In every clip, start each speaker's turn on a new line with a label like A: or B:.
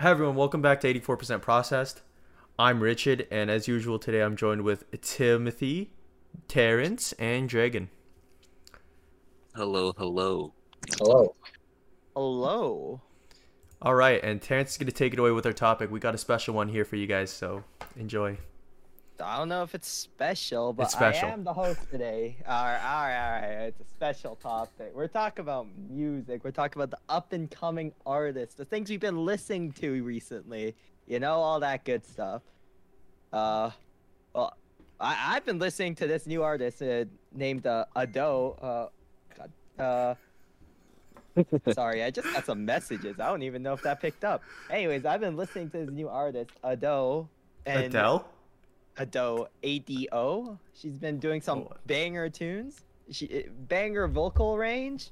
A: Hi everyone, welcome back to 84% Processed. I'm Richard, and as usual today I'm joined with Timothy, Terrence, and Dragon.
B: Hello, hello.
C: Hello.
D: Hello.
A: All right, and Terrence is going to take it away with our topic. We got a special one here for you guys, so enjoy.
D: I don't know if it's special, but
A: It's special.
D: I am the host today. All right, all right, all right. It's a special topic. We're talking about music. We're talking about the up and coming artists, the things we've been listening to recently. You know, all that good stuff. Uh, well, I I've been listening to this new artist uh, named uh, Ado. Uh, God, uh, sorry, I just got some messages. I don't even know if that picked up. Anyways, I've been listening to this new artist Ado. And
A: Adele?
D: Ado Ado. She's been doing some
A: Oh.
D: banger tunes. She eh, banger vocal range,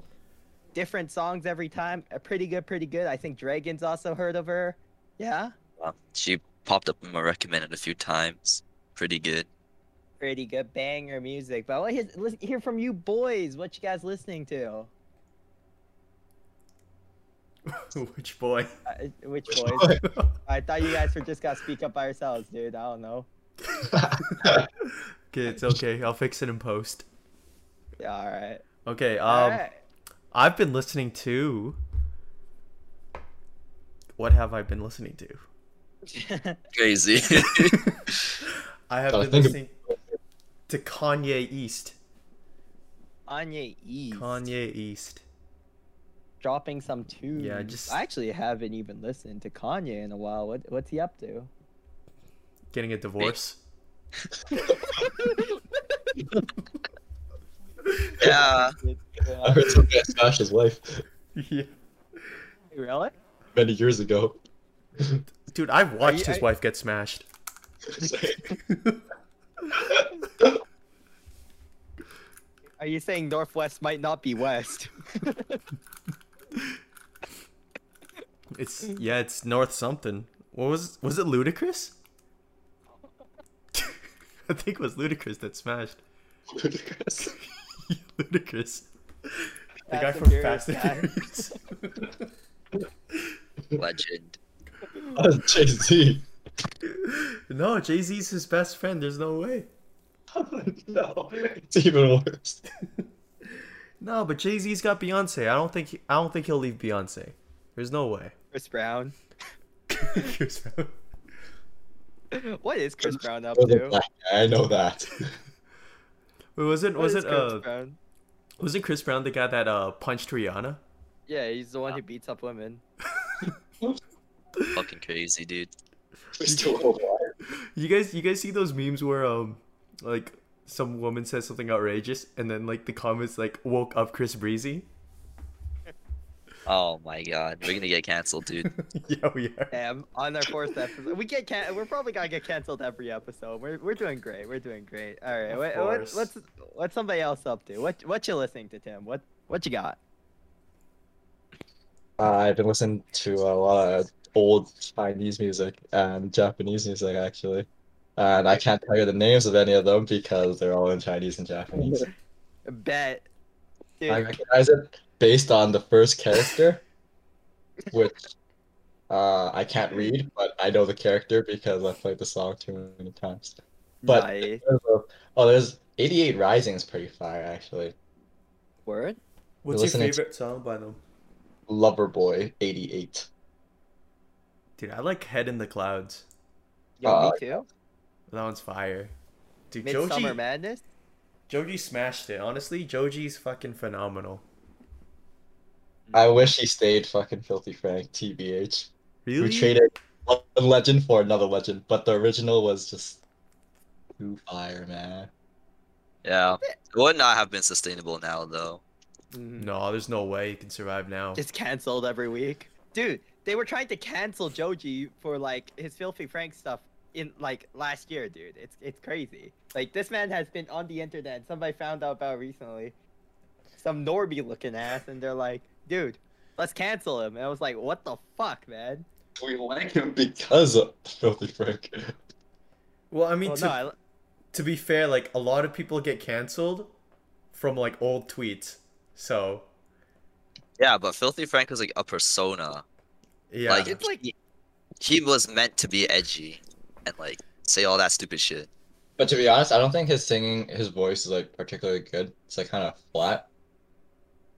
D: different songs every time. Uh, Pretty good, pretty good. I think Dragon's also heard of her. Yeah,
B: Wow. Um, She popped up in my recommended a few times. Pretty good.
D: pretty good banger music. But I want to hear- hear from you boys. What you guys listening to?
A: Which boy?
D: Uh, which boys? I thought you guys were just gonna speak up by yourselves, dude. I don't know.
A: okay, it's okay. I'll fix it in post.
D: Yeah, all right.
A: Okay,
D: all
A: um,
D: right.
A: I've been listening to. What have I been listening to?
B: Crazy.
A: I have
C: Gotta
A: been
C: think of-
A: listening to Kanye East.
D: Kanye East
A: Kanye East.
D: dropping some tunes.
A: just-
D: I actually haven't even listened to Kanye in a while. What what's he up to?
A: Getting a divorce.
B: yeah.
C: I heard some guy smashed his wife
A: yeah.
D: really?
C: many years ago.
A: Dude, I've watched
D: you-
A: his
D: are-
A: wife get smashed.
D: Are you saying Northwest might not be West?
A: It's yeah, it's North something. What was was it ludicrous? I think it was ludicrous that smashed. ludicrous. The
D: Fast
A: guy
D: and
A: from
D: Furious
A: Fast and
D: guy.
A: Furious.
B: Legend.
C: Jay Z.
A: no, Jay Z's his best friend. There's no way.
C: no, it's even worse.
A: No, but Jay Z's got Beyonce. I don't think he, I don't think he'll leave Beyonce. There's no way.
D: Chris Brown.
A: Chris Brown.
D: What is Chris Brown up
C: It was a
D: to?
C: black guy, I know that.
A: Wait, was it
D: What
A: was
D: is
A: it
D: Chris
A: uh
D: Brown?
A: was it Chris Brown the guy that uh punched Rihanna?
D: Yeah, he's the one who beats up women.
B: Fucking crazy, dude.
C: He's still alive.
A: You guys, you guys see those memes where um, like some woman says something outrageous, and then like the comments like woke up Chris Breezy.
B: Oh my god. We're gonna get canceled, dude.
A: yeah, we are.
D: Damn, on our fourth episode, we get can- we're probably gonna get canceled every episode. We're, we're doing great. We're doing great. All right,
A: Of
D: what, what,
A: course.
D: what's what's somebody else up to? What what you listening to, Tim? What what you got?
C: Uh, I've been listening to a lot of old Chinese music and Japanese music actually, and I can't tell you the names of any of them because they're all in Chinese and Japanese.
D: Bet. Dude,
C: I recognize it based on the first character, which uh, I can't read, but I know the character because I've played the song too many times. but-
D: nice.
C: There's a- Oh, there's 88 Rising is pretty fire, actually.
D: word.
A: What's your
C: Listening to-
A: favorite song by them?
C: Loverboy 88.
A: Dude, I like Head in the Clouds.
D: Yo,
C: Uh,
D: me too.
A: That one's fire. Dude,
D: Midsummer
A: Joji,
D: Madness.
A: Joji smashed it. Honestly, Joji's fucking phenomenal.
C: I wish he stayed fucking Filthy Frank, TBH.
A: Really?
C: We traded one legend for another legend, but the original was just too fire, man.
B: Yeah. It would not have been sustainable now though.
D: Mhm.
A: No, there's no way you can survive now.
D: Just canceled every week. Dude, they were trying to cancel Joji for like his filthy Frank stuff in like last year, dude. It's it's crazy. Like this man has been on the internet. Somebody found out about recently. Some Norby looking ass, and they're like, dude, let's cancel him. And I was like, what the fuck, man?
C: We like him because of Filthy Frank.
A: Well, I mean,
D: Well,
A: to,
D: no, I,
A: to be fair, like a lot of people get canceled from like old tweets. So
B: Yeah, but Filthy Frank was like a persona.
A: yeah,
B: Like
D: It's like-
B: He was meant to be edgy and like say all that stupid shit.
C: But to be honest, I don't think his singing, his voice is like particularly good. It's like kind of flat,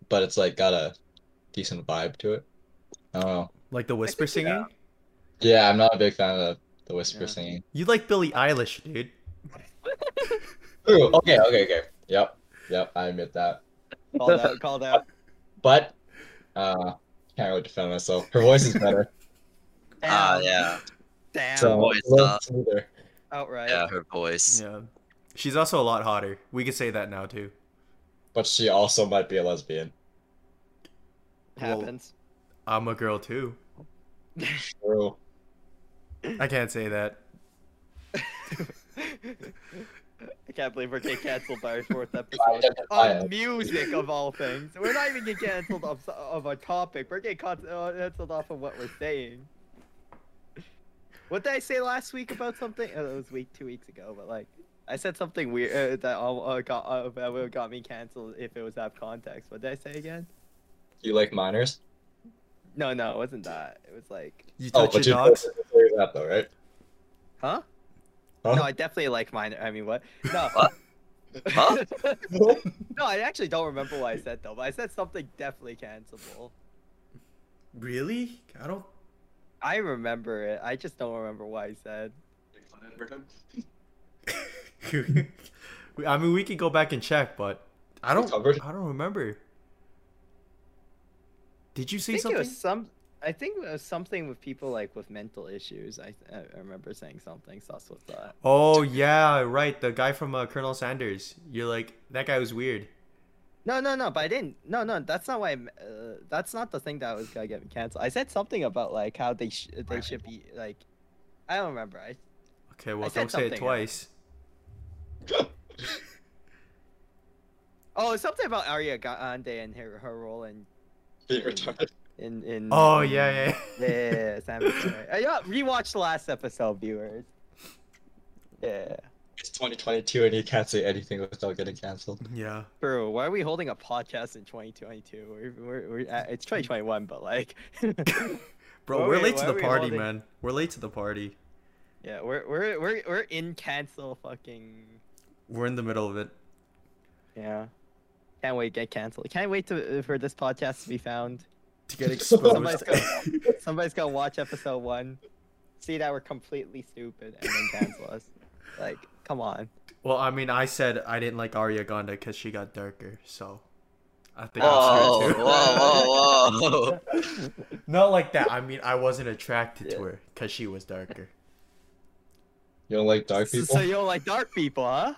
C: but it's like got a decent vibe to it. I don't know.
A: Like the whisper
D: think,
A: singing?
D: yeah.
C: Yeah, I'm not a big fan of the whisper
D: Yeah.
C: singing.
A: You like Billie Eilish, dude.
C: Ooh, okay, okay, okay. Yep, yep. I admit that.
D: Called out, called out.
C: But uh, can't really defend myself. Her voice is better.
B: Ah,
D: Damn,
B: yeah,
D: Damn.
C: so
B: voice,
C: a little
B: uh,
C: smoother.
D: outright.
B: yeah, her voice.
A: Yeah. She's also a lot hotter. We could say that now too.
C: But she also might be a lesbian.
A: Well-
D: Happens.
A: I'm a girl too.
C: True.
A: I can't say that.
D: I can't believe we're getting canceled by our fourth
C: I
D: episode.
C: identify
D: on
C: as-
D: music of all things. We're not even getting canceled off of a topic. We're getting con- uh, canceled off of what we're saying. What did I say last week about something? Oh, it was week two weeks ago, but like I said something weird uh, that all, uh, got uh, that would've got me canceled if it was out of context. What did I say again?
C: You like minors?
D: No, no, it wasn't that. It was like,
A: You touch your dogs?
C: Oh, you know that though, right?
D: huh?
C: Huh?
D: No, I definitely like mine. I mean, what? No.
B: What? Huh?
D: no, I actually don't remember what I said though, but I said something definitely cancelable.
A: Really? I don't
D: I remember it. I just don't remember what I said.
A: We- I mean we could go back and check, but I don't
C: covered?
A: I don't remember. Did you
D: I
A: say
D: think
A: something?
D: it was some. I think it was something with people like with mental issues. I I I remember saying something sus with that.
A: Oh yeah, right. The guy from uh, Colonel Sanders. You're like that guy was weird.
D: No, no, no. But I didn't. No, no. That's not why. I'm, uh, that's not the thing that was gonna get me canceled. I said something about like how they sh- they should be like. I don't remember. I
A: Okay, well
D: I said
A: don't say it
D: something.
A: twice.
D: oh something about Aria Grande and her her role in
C: Being retarded.
D: in in.
A: Oh yeah, yeah.
D: Yeah, yeah, yeah, Sam is right. Uh, yeah, rewatch the last episode, viewers. Yeah,
C: It's 2022 and you can't say anything without getting canceled.
A: Yeah.
D: bro. Why are we holding a podcast in 2022? We're, we're, we're at, it's 2021, but like,
A: Bro,
D: Why
A: we're
D: we-
A: late
D: why
A: to the
D: we
A: party,
D: holding-
A: man. We're late to the party.
D: yeah, we're we're we're we're in cancel fucking.
A: We're in the middle of it.
D: Yeah, can't wait to get canceled. Can't wait to uh, for this podcast to be found.
A: To get
D: Somebody's
A: exposed.
D: gonna, somebody's gonna watch episode one, see that we're completely stupid, and then cancel us. Like, come on.
A: well, I mean, I said I didn't like Arya Gonda because she got darker, so I think
B: Whoa,
A: that's fair
B: whoa,
A: too.
B: whoa, whoa!
A: Not like that. I mean, I wasn't attracted to her because she was darker.
C: You don't like dark
D: So-
C: people?
D: So you don't like dark people, huh?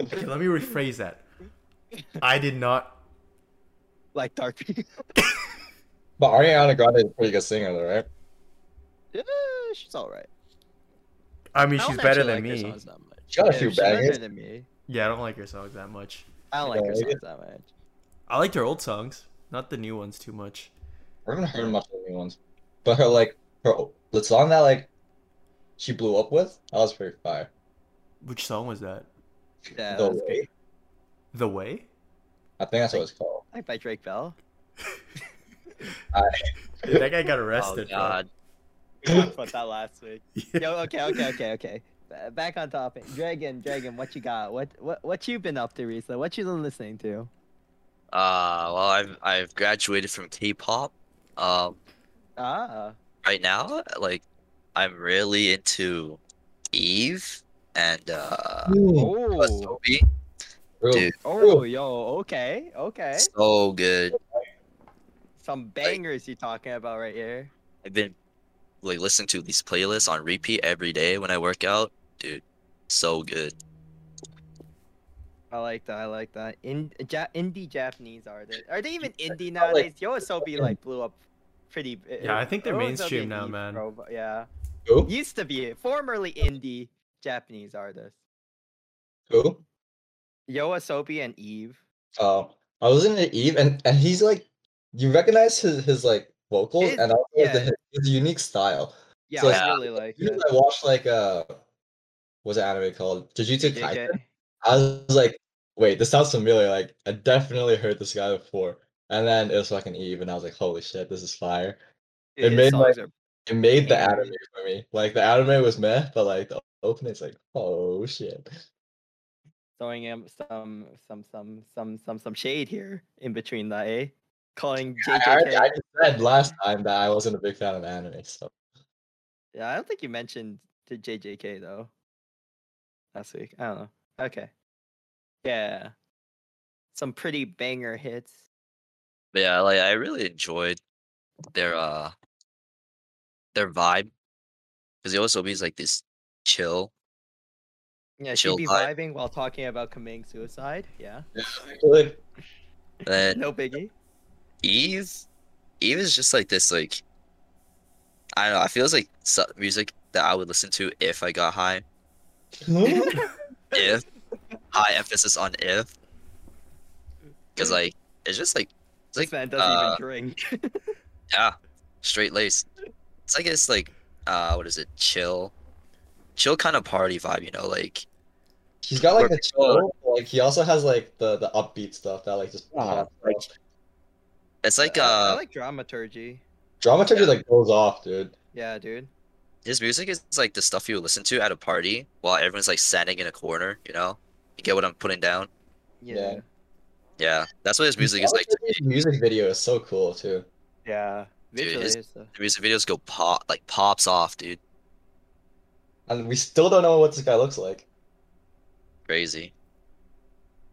A: Okay, let me rephrase that. I did not.
D: Like dark people.
C: But Ariana Grande is a pretty good singer though, right?
D: Yeah, she's all right.
A: I mean,
D: I
A: she's
D: don't
A: better
D: actually
A: than
D: like her
A: me.
D: songs that much.
C: She got a few
D: she's better
C: bangers.
D: than me.
A: Yeah, I don't like her songs that much.
D: I don't like her
C: Yeah,
D: songs that much.
A: I liked her old songs, not the new ones too much.
C: I haven't heard much of the new ones. But her like her the song that like she blew up with, that was pretty fire.
A: Which song was that?
D: Yeah,
C: the
D: that's good.
C: Way?
A: The Way?
C: I think that's what it's called.
D: Like by Drake Bell.
A: That guy got
B: Oh
A: arrested. bro.
B: god.
D: We talked about that last week.
A: Yeah.
D: Yo, okay, okay, okay, okay. Ba- Back on topic. Dragon, Dragon, what you got? What what what you been up to recently? What you been listening to?
B: Uh, well, I've I've graduated from K-pop. Um,
D: Ah,
B: right now, like, I'm really into Eve and uh,
D: oh,
B: Sobi.
C: Ooh,
B: Dude.
D: oh, yo, okay, okay.
B: So good.
D: Some bangers you talking about right here.
B: I've been like listening to these playlists on repeat every day when I work out. Dude, so good.
D: I like that. I like that. In ja- indie Japanese artists. Are they even indie nowadays? Yo, Sobi like blew up pretty.
A: Yeah, I think they're
D: Yoasobi
A: mainstream
D: and
A: now,
D: Eve,
A: man.
D: bro, but yeah,
C: Who?
D: used to be formerly indie Japanese artists.
C: Who?
D: Yo, Sobi and Eve.
C: Oh, I was listening to Eve, and, and he's like, you recognize his, his like vocals
D: His-
C: and also the,
D: yeah.
C: his, his unique style.
D: Yeah,
C: So,
D: I
B: yeah.
D: really like
C: Even
D: it.
C: I watched like uh, what's the anime called? Jujutsu Kaisen.
D: JK.
C: I was like, wait, this sounds familiar. Like I definitely heard this guy before. And then it was fucking Eve, and I was like, holy shit, this is fire.
D: Dude,
C: It
D: his
C: made my-
D: songs are
C: It made the anime for me. Like the anime was meh, but like the opening's like, oh shit.
D: throwing in some some some some some some shade here in between that, eh? Calling JJK.
C: I, already- I said last time that I wasn't a big fan of anime, so
D: yeah, I don't think you mentioned to JJK though. Last week, I don't know. Okay, yeah, some pretty banger hits.
B: But yeah, like I really enjoyed their uh their vibe because it also means like this chill.
D: Yeah, she'd
B: Chill
D: be
B: vibe.
D: vibing while talking about committing suicide. Yeah,
C: I feel like
B: That
D: no biggie.
B: Eve, Eve is just like this like I don't know. I feels like su- music that I would listen to if I got high. If high emphasis on if, because like it's just like it's like
D: This man doesn't
B: uh,
D: even drink.
B: Yeah, straight laced. It's like it's like uh what is it? Chill, chill kind of party vibe. You know, like
C: he's got like
B: Or-
C: the chill, but, like he also has like the the upbeat stuff that like just
B: Ah,
C: pops
B: like-
C: off.
B: it's like
D: I, I
B: uh
D: like dramaturgy.
C: dramaturgy like goes off, dude.
D: Yeah, dude.
B: his music is like the stuff you listen to at a party while everyone's like standing in a corner. You know, you get what I'm putting down?
D: Yeah.
C: Yeah.
B: Yeah, that's what his music is like. to me.
C: Dramaturgy's music video is so cool too.
D: Yeah.
B: Dude,
D: Visually,
B: his-
D: it's a-
B: The music videos go pop like pops off, dude.
C: And we still don't know what this guy looks like.
B: Crazy.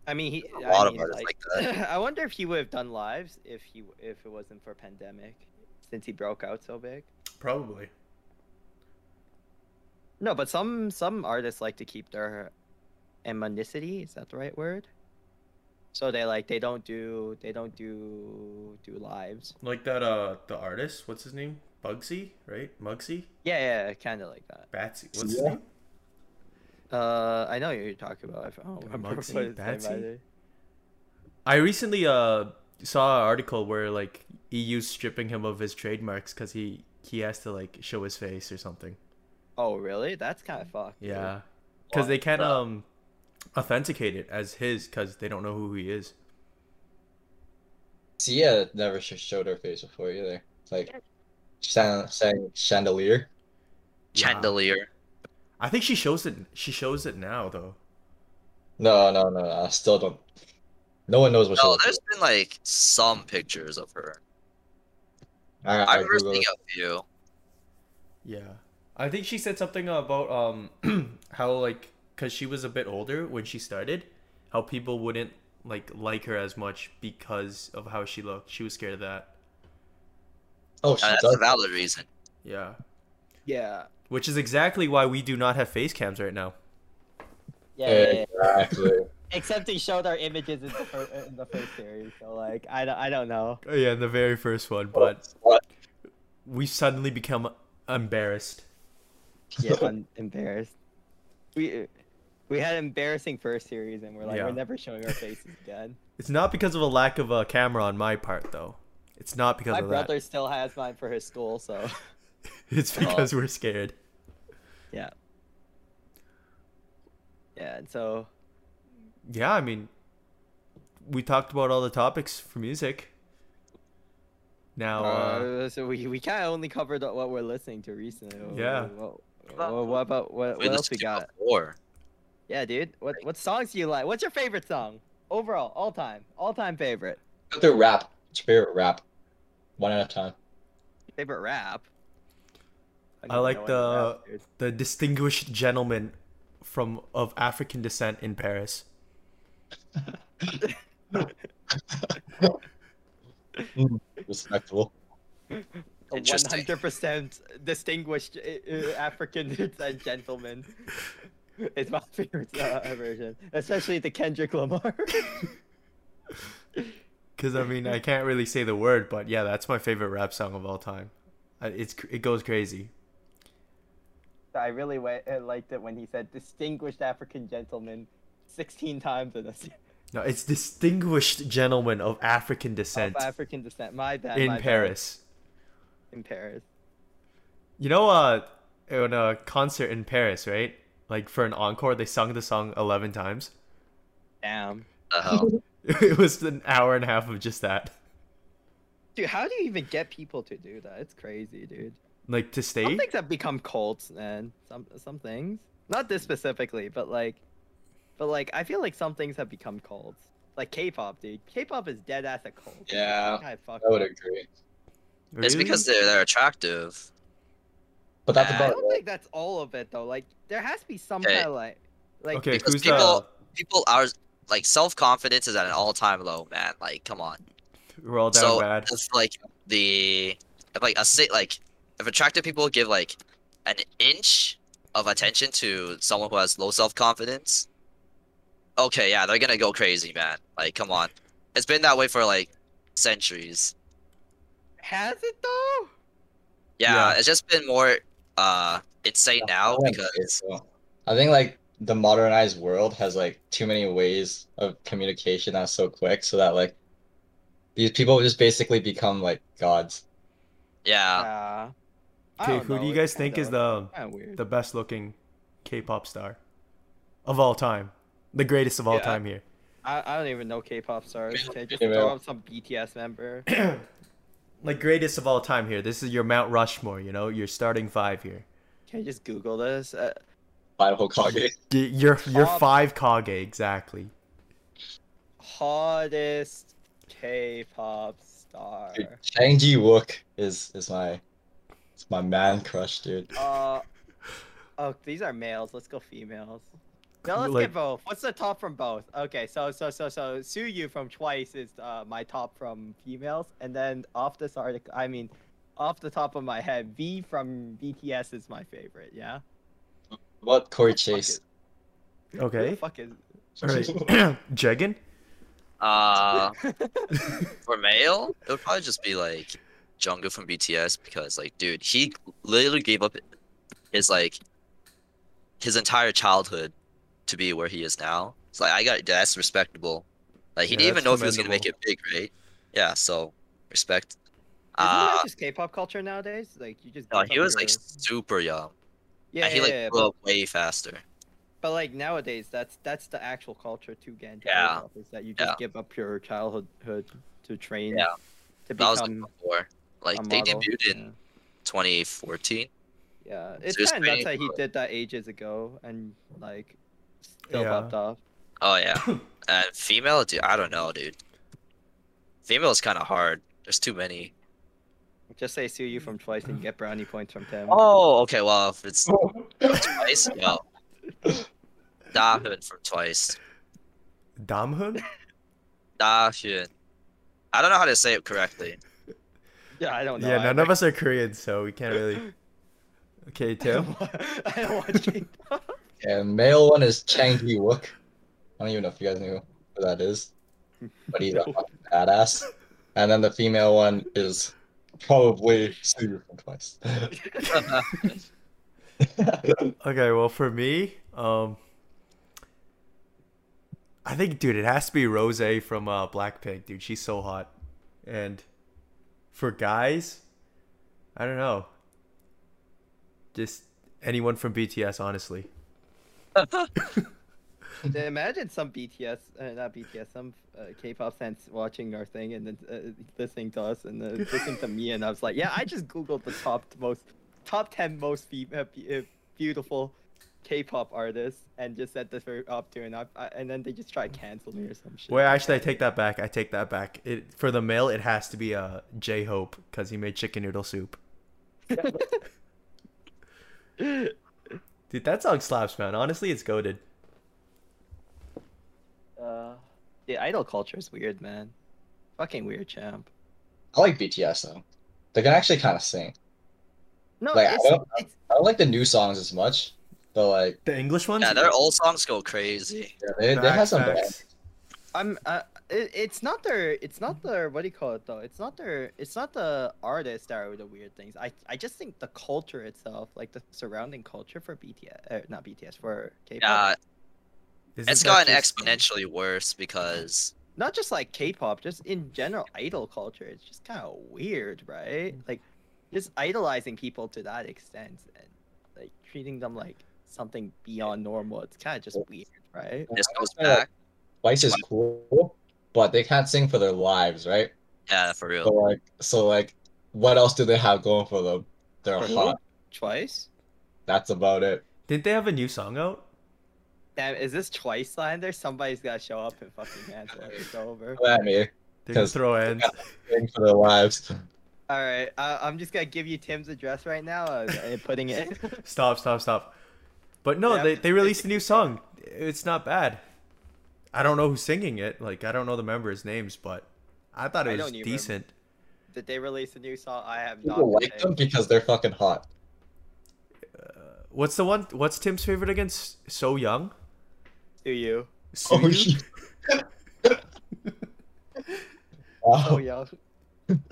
D: I mean, he.
B: A
D: I
B: lot of
D: mean,
B: artists
D: like- I wonder if he would have done lives if he if it wasn't for pandemic, since he broke out so big.
A: Probably.
D: No, but some some artists like to keep their anonymity. Is that the right word? So they like they don't do they don't do do lives.
A: Like that uh the artist, what's his name? Bugsy, right? Mugsy?
D: Yeah, yeah, kind of like that.
A: Batsy. What's his
C: Yeah.
A: name?
D: Uh, I know what you're talking about. I f- I don't
A: Yeah,
D: remember what
A: Mugsy,
D: his name
A: Batsy?
D: either.
A: I recently uh saw an article where like EU's stripping him of his trademarks cuz he he has to like show his face or something.
D: Oh, really? That's kind of fucked. dude.
A: Yeah. Cuz
B: Wow.
A: they can't um authenticate it as his cuz they don't know who he is.
C: Sia never sh- showed her face before either. It's like sang, sang chandelier.
B: Chandelier.
A: I think she shows it she shows it now though.
C: No, no, no, no. I still don't. No one knows what she
B: No,
C: looks
B: there's been like some pictures of her.
C: like.
B: I
C: I, I
B: remember
C: Googled
B: seeing
C: it.
B: a few.
A: Yeah. I think she said something about um how like cuz she was a bit older when she started, how people wouldn't like like her as much because of how she looked. She was scared of that.
C: Oh, she
B: Yeah, Uh, that's
C: does.
B: a valid reason.
A: Yeah.
D: Yeah.
A: Which is exactly why we do not have face cams right now.
D: Yeah. yeah, yeah.
C: Exactly.
D: Except he showed our images in the, fir- in the first series, so like I don't, I don't know.
A: Oh, yeah, in the very first one, but
C: but but
A: we suddenly become embarrassed.
D: Yeah, I'm embarrassed. We we had embarrassing first series, and we're like,
A: Yeah.
D: we're never showing our faces again.
A: It's not because of a lack of a camera on my part, though. It's not because
D: My
A: of
D: brother still has mine for his school, so
A: that. It's because we're scared.
D: yeah, yeah. And so
A: Yeah, I mean, we talked about all the topics for music. Now, uh,
D: uh, so we we kind of only covered what we're listening to recently.
A: Yeah.
D: What, what, what about what,
B: We
D: what else
B: listened
D: we
B: to
D: got?
B: before.
D: Yeah, dude. What what songs do you like? What's your favorite song overall, all time, all time favorite?
C: go through rap. What's your favorite rap? One at a time.
D: Favorite rap.
A: I
D: don't
A: like
D: even know any
A: the-
D: raps, dude.
A: the distinguished gentleman from of African descent in Paris.
C: Respectable.
D: A
B: Interesting.
D: 100% distinguished uh, uh, African uh, gentleman. It's my favorite uh, version, especially the Kendrick Lamar.
A: Because I mean, I can't really say the word, but yeah, that's my favorite rap song of all time. I- It's cr- it goes crazy.
D: I really wa- uh, liked it when he said distinguished African gentleman 16 times in a se-
A: No, it's distinguished gentlemen of African
D: of
A: descent
D: African descent. My bad.
A: in
D: my bad.
A: Paris.
D: In Paris.
A: You know, uh, on a concert in Paris, right? Like for an encore, they sung the song eleven times.
D: Damn.
B: The hell?
A: It was an hour and a half of just that.
D: Dude, how do you even get people to do that? It's crazy, dude.
A: like to
D: Some
A: stay.
D: things have become cults, man. Some some things, not this specifically, but like, but like, I feel like some things have become cults. Like K-pop, dude. K-pop is dead ass a cult.
C: Yeah,
D: I fuck
C: I would
D: with.
C: agree.
B: It's because they're they're attractive.
C: But that's
B: Yeah.
D: I
C: about
D: don't
C: it.
D: think that's all of it though. Like, there has to be some
B: Okay.
D: kind of like, like
A: okay,
B: because
A: who's uh,
B: people-
A: the
B: People are like self confidence is at an all time low, man. Like, come on.
A: we're all down
B: so
A: bad.
B: if like the if like a si- like if attractive people give like an inch of attention to someone who has low self confidence, okay, yeah, they're gonna go crazy, man. Like, come on, it's been that way for like centuries.
D: has it though?
B: Yeah,
A: Yeah.
B: it's just been more uh insane now
C: I think
B: because
C: so. I think like the modernized world has like too many ways of communication that's so quick, so that like these people just basically become like gods.
B: yeah,
D: Yeah. I
A: Okay,
D: don't
A: who do
D: know,
A: you
D: it's
A: guys think is
D: kinda-
A: the
D: kinda weird.
A: the best looking K-pop star of all time? The greatest of all
D: Yeah.
A: time here.
D: I, I don't even know K-pop stars. Okay, just
C: Yeah, man.
D: throw up some BTS member.
A: Like greatest of all time here. This is your Mount Rushmore, you know, your starting five here.
D: Can I just Google this? Uh,
C: Five Hokage.
A: Y- Your your
D: Top-
A: five Kage exactly.
D: hottest K-pop star.
C: Dude, Chang Ji Wook is is my it's my man crush, dude.
D: Uh, oh, these are males. Let's go females. No, let's
A: Like-
D: get both. What's the top from both? Okay, so so so so Suyu from Twice is uh, my top from females, and then off this article, I mean, off the top of my head, V from BTS is my favorite. Yeah.
C: What Corey
D: Fuck
C: Chase?
D: it. Who the
A: Okay.
D: fuck is?
A: All right. Jigen?
B: uh, for male, it would probably just be like Jungkook from BTS because like, dude, he literally gave up his like his entire childhood to be where he is now. It's like I got that's respectable. Like he
A: Yeah,
B: didn't even
A: that's
B: know if he was gonna make it
A: commendable.
B: big, right? Yeah, so respect.
D: Isn't that
B: Uh,
D: just K-pop culture nowadays? Like you just.
B: no,
D: give
B: he
D: up
B: was like
D: your-
B: super young.
D: Yeah,
B: and he
D: yeah,
B: like
D: yeah,
B: grew
D: but,
B: up way faster.
D: but, like nowadays, that's that's the actual culture too, Gan. to
B: Yeah.
D: K-pop, Is that you just
B: Yeah.
D: give up your childhood hood to train?
B: Yeah.
D: To
B: That was like
D: become
B: before. Like
D: a
B: they
D: model.
B: debuted
D: Yeah.
B: in 2014.
D: Yeah, it's
B: just
D: kind of
B: training
D: nuts that he
B: for-
D: did that ages ago and like still
A: Yeah.
D: popped off.
B: Oh yeah, and female, dude. I don't know, dude. Female is kind of hard. There's too many.
D: Just say sue you from twice and get brownie points from Tim.
B: Oh, okay. Well, if it's twice, no. Dahyun from Twice.
A: Damhun?
B: Dahyun. I don't know how to say it correctly.
D: yeah, I don't know.
A: yeah,
D: Oh, I-
A: none
D: I,
A: of us are Korean, so we can't really Okay,
D: I don't
A: Tim.
D: wa- I don't watch K-pop.
C: And male one is Chang Ji Wook. I don't even know if you guys knew who that is, but he's a fucking badass. And then the female one is probably Sue from Twice.
A: Okay, well for me, um I think dude, it has to be Rose from uh Blackpink, dude. She's so hot. And for guys, I don't know. Just anyone from BTS, honestly.
D: Imagine some BTS, uh, not BTS, some uh, K-pop fans watching our thing and then uh, listening to us and then listening to me, and I was like, yeah, I just googled the top most, top ten most be- uh, be- uh, beautiful K-pop artists and just said this very up to and up, uh, and then they just try to cancel me or some shit.
A: Wait, actually, I take that back. I take that back. It for the male, it has to be uh, J Hope because he made chicken noodle soup. Dude, that song slaps, man. Honestly, it's goaded.
D: Uh, the idol culture is weird, man. Fucking weird, champ.
C: I like BTS though. They can actually kind of sing.
D: No,
C: Like, I
D: it's,
C: don't-
D: it's
C: I don't like the new songs as much, but like
A: The English ones.
B: Yeah, their old songs go crazy.
C: yeah, they, they
A: Facts,
C: have some.
A: facts.
C: bad-
D: I'm uh, it, it's not their it's not their what do you call it though? It's not their it's not the artists that are the weird things. I I just think the culture itself, like the surrounding culture for BTS, uh, not BTS for K-pop.
B: Yeah,
A: Is
B: it's
A: it not
B: gotten
A: just-
B: exponentially worse because
D: Not just like K-pop, just in general idol culture. It's just kind of weird, right? Like just idolizing people to that extent and like treating them like something beyond normal. It's kind of just weird, right?
B: this goes
C: I feel like
B: back.
C: Twice is cool, but they can't sing for their lives, right?
B: Yeah, for
C: So
B: real.
C: like, so like, what else do they have going for them? They're
E: For who?
C: hot.
E: Twice?
C: That's about it.
A: Didn't they have a new song out?
D: Damn, is this twice line there? Somebody's gotta show up and fucking handle it. It's over.
C: Let me
A: They can
C: 'Cause-
A: throw hands.
C: in for their lives.
D: All right, uh, I'm just gonna give you Tim's address right now uh, and putting it.
A: Stop, stop, stop. But no,
D: Yeah.
A: they, they released a new song. It's not bad. I don't know who's singing it. Like, I don't know the members' names, but I thought
D: I
A: it
D: don't
A: was
D: even remember.
A: decent.
D: Did they release a new song? I have not.
C: People like
D: today.
C: them because they're fucking hot.
A: Uh, What's the one? What's Tim's favorite again? S- So Young?
D: Do you?
A: Soo Young?
C: shit.
D: Oh
C: wow.
D: yeah. Oh,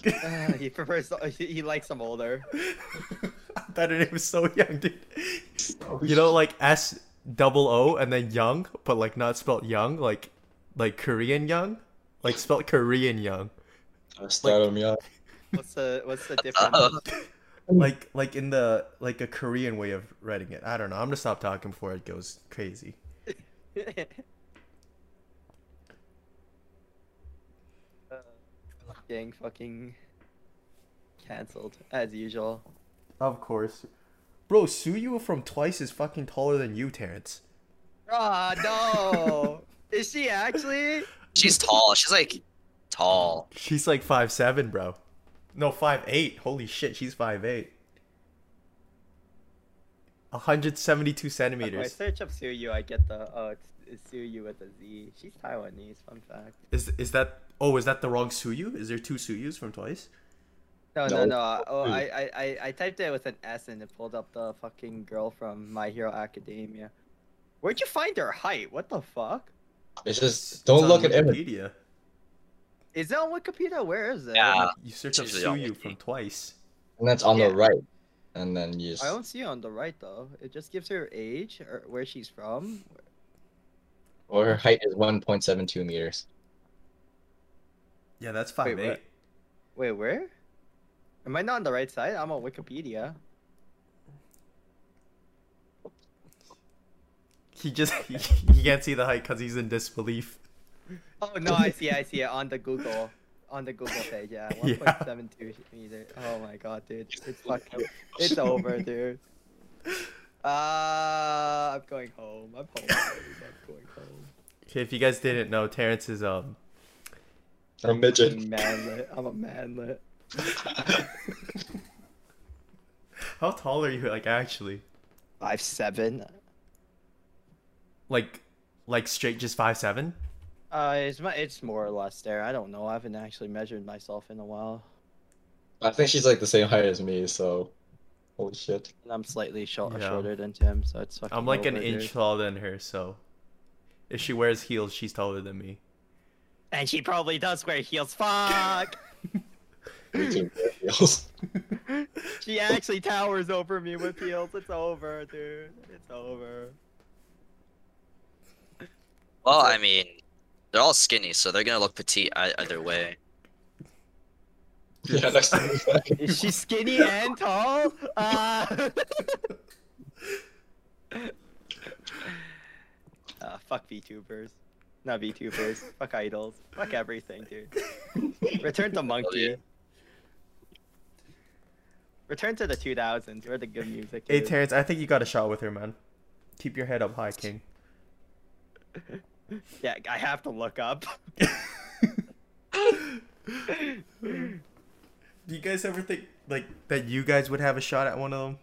D: Uh, he prefers. He, he likes them older.
A: I thought it was So Young, dude. Oh, You know, like S double O and then Young, but like not spelt Young, like like Korean Young, like spelt Korean Young,
C: Start 'em young.
D: What's the What's the difference?
A: like like in the like a Korean way of writing it. I don't know. I'm gonna stop talking before it goes crazy.
D: Uh, Getting fucking canceled as usual.
A: Of course. Bro, Suyu from Twice is fucking taller than you, Terrence.
D: Ah no! Is she actually?
B: She's tall. She's like tall.
A: She's like five seven, bro. No, five eight. Holy shit, she's five eight. 172
D: When I
A: centimeters.
D: search up Suyu, I get the oh, it's, it's Suyu with a Z. She's Taiwanese. Fun fact.
A: Is is that oh is that the wrong Suyu? Is there two Suyus from Twice?
D: No, no,
C: No,
D: no. I- Oh,
C: Suyu.
D: I, I, I, I typed it with an S and it pulled up the fucking girl from My Hero Academia. Where'd you find her height? What the fuck?
C: It's just don't look at images.
A: Wikipedia.
D: Is it on Wikipedia? Where is it?
B: Yeah.
A: You search up
B: It's usually on
A: Suyu
B: Wiki.
A: from Twice.
C: and that's on
D: Yeah.
C: the right. And then you just
D: I don't see it on the right though. It just gives her age or where she's from.
C: or her height is 1.72 meters.
A: Yeah, that's five
D: where-
A: eight.
D: Wait, where? Am I not on the right side? I'm on Wikipedia.
A: He just he, he can't see the height because he's in disbelief.
D: Oh no, I see, I see it on the Google, on the Google page. Yeah,
A: Yeah.
D: 1.72 meter. Oh my god, dude, it's fucking, it's over, dude. Uh, I'm going home. I'm home. dude. I'm going home.
A: Okay, if you guys didn't know, Terrence is um
C: A midget.
D: I'm manlet. I'm a manlet.
A: how tall are you like actually?
D: Five seven.
A: Like like straight just five seven?
D: Uh, it's my, it's more or less there. I don't know. I haven't actually measured myself in a while,
C: I think she's like the same height as me, so holy shit.
D: and I'm slightly short,
A: Yeah.
D: shorter than Tim, so it's fucking.
A: I'm like an
D: over,
A: inch
D: dude.
A: taller than her, so if she wears heels, she's taller than me.
D: and she probably does wear heels. Fuck.
C: Me too, bro. Feels-
D: She actually towers over me with heels. It's over, dude. It's over.
B: Well, I mean, they're all skinny, so they're gonna look petite ei- either way.
C: yeah, next to me.
D: Is she skinny and tall? Uh... uh, fuck VTubers. Not VTubers. fuck idols. Fuck everything, dude. Return to Monkey. Return to the 2000s where the good music
A: Hey
D: is.
A: Terrence, I think you got a shot with her, man. Keep your head up high, King.
D: yeah, I have to look up.
A: Do you guys ever think like that you guys would have a shot at one of them?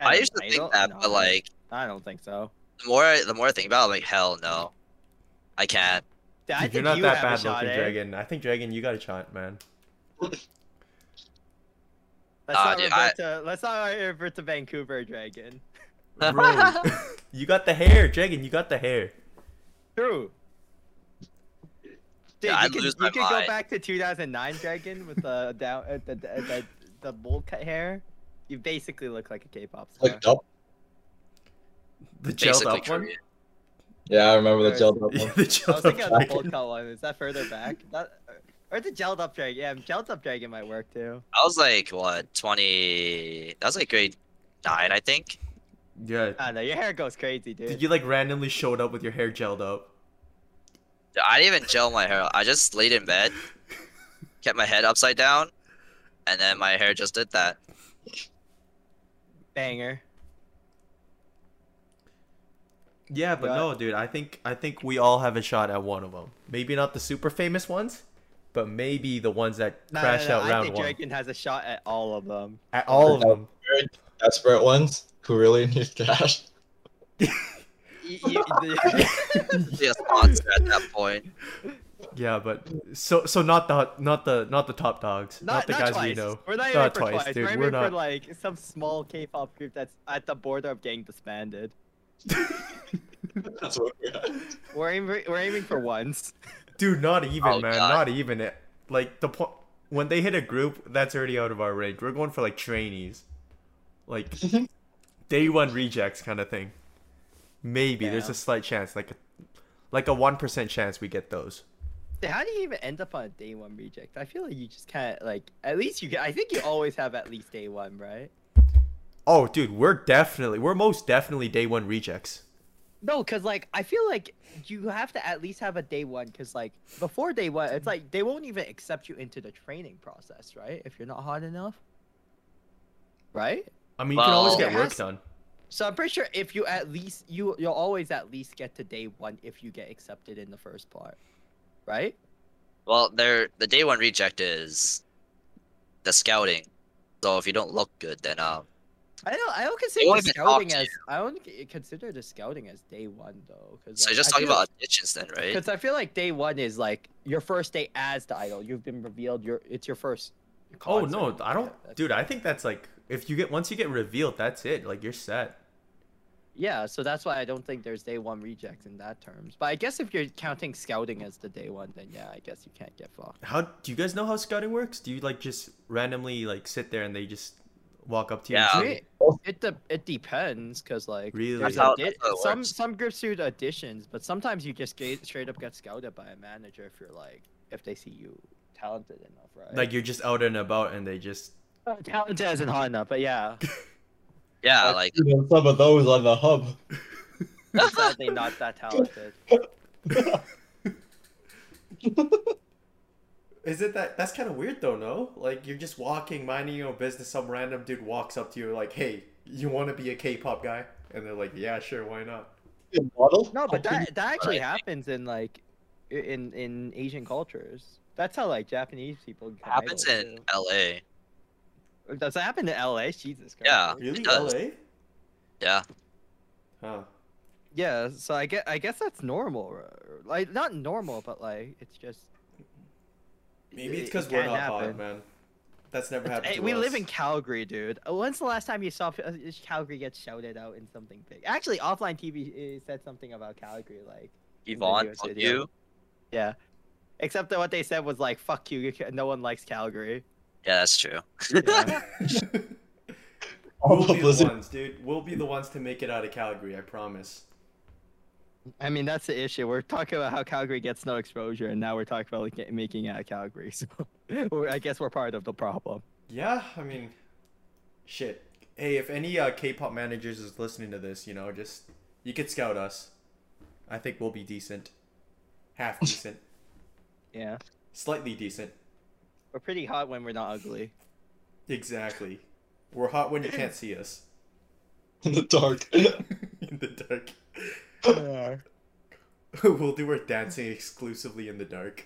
B: I
D: An
B: used to
D: idol?
B: think that,
D: No,
B: but like
D: I don't think so.
B: the more I, the more I think about, it, I'm like hell no, I can't.
D: Yeah, I
A: Dude,
D: think
A: you're not
D: you
A: that
D: have a
A: bad
D: shot,
A: looking,
D: eh?
A: Dragon. I think Dragon, you got a shot, man.
D: Let's
B: Nah,
D: not
B: dude,
D: revert to let's not revert to Vancouver Dragon.
A: Bro, you got the hair, Dragon. You got the hair.
D: True. Dude,
B: Yeah,
D: you
B: I'd
D: could,
B: lose
D: you
B: my
D: could go
B: mind.
D: back to 2009 Dragon with the down uh, the, the the the bowl cut hair. You basically look like a K-pop star.
C: Like up.
A: The gelled
B: Basically,
A: up one.
B: Korean.
C: Yeah, I remember the gelled up
A: Yeah,
C: one.
A: the
D: I was
A: gelled
D: thinking
A: up
D: of the
A: one.
D: bowl cut one. Is that further back? That, or the gelled up dragon? Yeah, gelled up dragon might work too.
B: I was like what twenty? That was like grade nine, I think.
A: Yeah.
D: I don't know. Your hair goes crazy,
A: Did
D: Ah, dude.
A: you like randomly showed up with your hair gelled up?
B: Dude, I didn't even gel my hair. I just laid in bed, kept my head upside down, and then my hair just did that.
D: Banger.
A: Yeah, but
D: Yeah.
A: no, dude. I think I think we all have a shot at one of them. Maybe not the super famous ones, but maybe the ones that
D: No, no,
A: crashed
D: no,
A: out
D: I
A: round
D: think
A: one.
D: Draken has a shot at all of them.
A: At all of them.
C: Very desperate ones who really need cash.
D: Y- y-
B: Be a sponsor at that point.
A: Yeah, but so so not the not the not the top dogs, not, the guys
D: twice.
A: we know.
D: We're
A: Not
D: not, even for
A: twice,
D: twice,
A: dude,
D: We're,
A: we're
D: aiming
A: not-
D: for like some small K-pop group that's at the border of getting disbanded.
C: That's what we got.
D: We're aiming, we're aiming for ones.
A: Dude, not even,
B: Oh,
A: man,
B: God.
A: not even it. Like the point when they hit a group, that's already out of our range. We're going for like trainees, like day one rejects kind of thing. Maybe there's
D: Yeah.
A: a slight chance, like a like a one percent chance we get those.
D: How do you even end up on a day one reject? I feel like you just kind of like at least you. I think you always have at least day one, right?
A: Oh, dude, we're definitely we're most definitely day one rejects.
D: No, because like I feel like you have to at least have a day one, because like before day one, it's like they won't even accept you into the training process, right? If you're not hot enough, right?
A: I mean, you can always
B: Well-
A: get work
D: Yes.
A: done.
D: So I'm pretty sure if you at least you you'll always at least get to day one if you get accepted in the first part, right?
B: Well, they're, the day one reject is the scouting. So if you don't look good, then um,
D: I don't I don't
B: They
D: consider
B: won't
D: the
B: even talk
D: scouting
B: to
D: as I don't c- consider the scouting as day one though. Cause
B: so
D: like,
B: you're just
D: I
B: talking
D: feel-
B: about auditions then, right?
D: Because I feel like day one is like your first day as the idol. You've been revealed. You're it's your first.
A: Oh
D: concert.
A: no, I don't,
D: Yeah, that's-
A: dude. I think that's like if you get once you get revealed, that's it. Like you're set.
D: Yeah, so that's why I don't think there's day one rejects in that terms. But I guess if you're counting scouting as the day one, then yeah, I guess you can't get fucked.
A: How do you guys know how scouting works? Do you like just randomly like sit there and they just walk up to you?
B: Yeah.
A: And say,
D: It, it, de- it depends, cause like
A: Really?
D: there's
A: That's how-
D: audi-
B: that's how it
D: some
B: works.
D: some groups do the auditions, but sometimes you just get, straight up get scouted by a manager if you're like if they see you talented enough, right?
A: like you're just out and about and they just
D: Uh, talented isn't hot enough, but yeah,
B: Yeah, like
C: You know, some of those on the hub.
D: sadly not that talented.
A: Is it that that's kind of weird though? No, like you're just walking, minding your own business. Some random dude walks up to you, like, "Hey, you want to be a K-pop guy?" And they're like, "Yeah, sure, why not?"
C: Model?
D: No, but that that actually
B: Right.
D: happens in like i- in in Asian cultures. That's how like Japanese people become
B: happens
D: idols,
B: in LA.
D: too. Does that happen in LA? Jesus Christ.
B: Yeah.
A: Really,
B: does.
A: LA?
B: Yeah.
A: Huh.
D: Yeah, so I guess I guess that's normal. r- Like not normal, but like it's just
A: Maybe
D: it-
A: it's
D: it
A: because we're
D: can
A: not hot,
D: happen.
A: man. That's never happened.
D: Hey,
A: to
D: we
A: us.
D: live in Calgary, dude. Uh, When's the last time you saw uh, Calgary get shouted out in something big? Actually, offline TV uh, said something about Calgary, like
B: Yvonne,
D: videos,
B: fuck
D: video.
B: you.
D: yeah. Except that what they said was like, "Fuck you, you, ca- no one likes Calgary."
B: Yeah, that's true.
A: Yeah.
C: All
A: we'll
C: the
A: be the
C: Blizzard
A: ones, dude. We'll be the ones to make it out of Calgary. I promise.
D: I mean, that's the issue. We're talking about how Calgary gets no exposure, and now we're talking about like, get- making it out of Calgary. So we're- I guess we're part of the problem.
A: Yeah, I mean, shit. Hey, if any uh, K-pop managers is listening to this, you know, just you could scout us. I think we'll be decent, half decent,
D: Yeah,
A: slightly decent.
D: we're pretty hot when we're not ugly.
A: Exactly. We're hot when you can't see us
C: in the dark.
A: in the dark.
D: Yeah.
A: we'll do our dancing exclusively in the dark.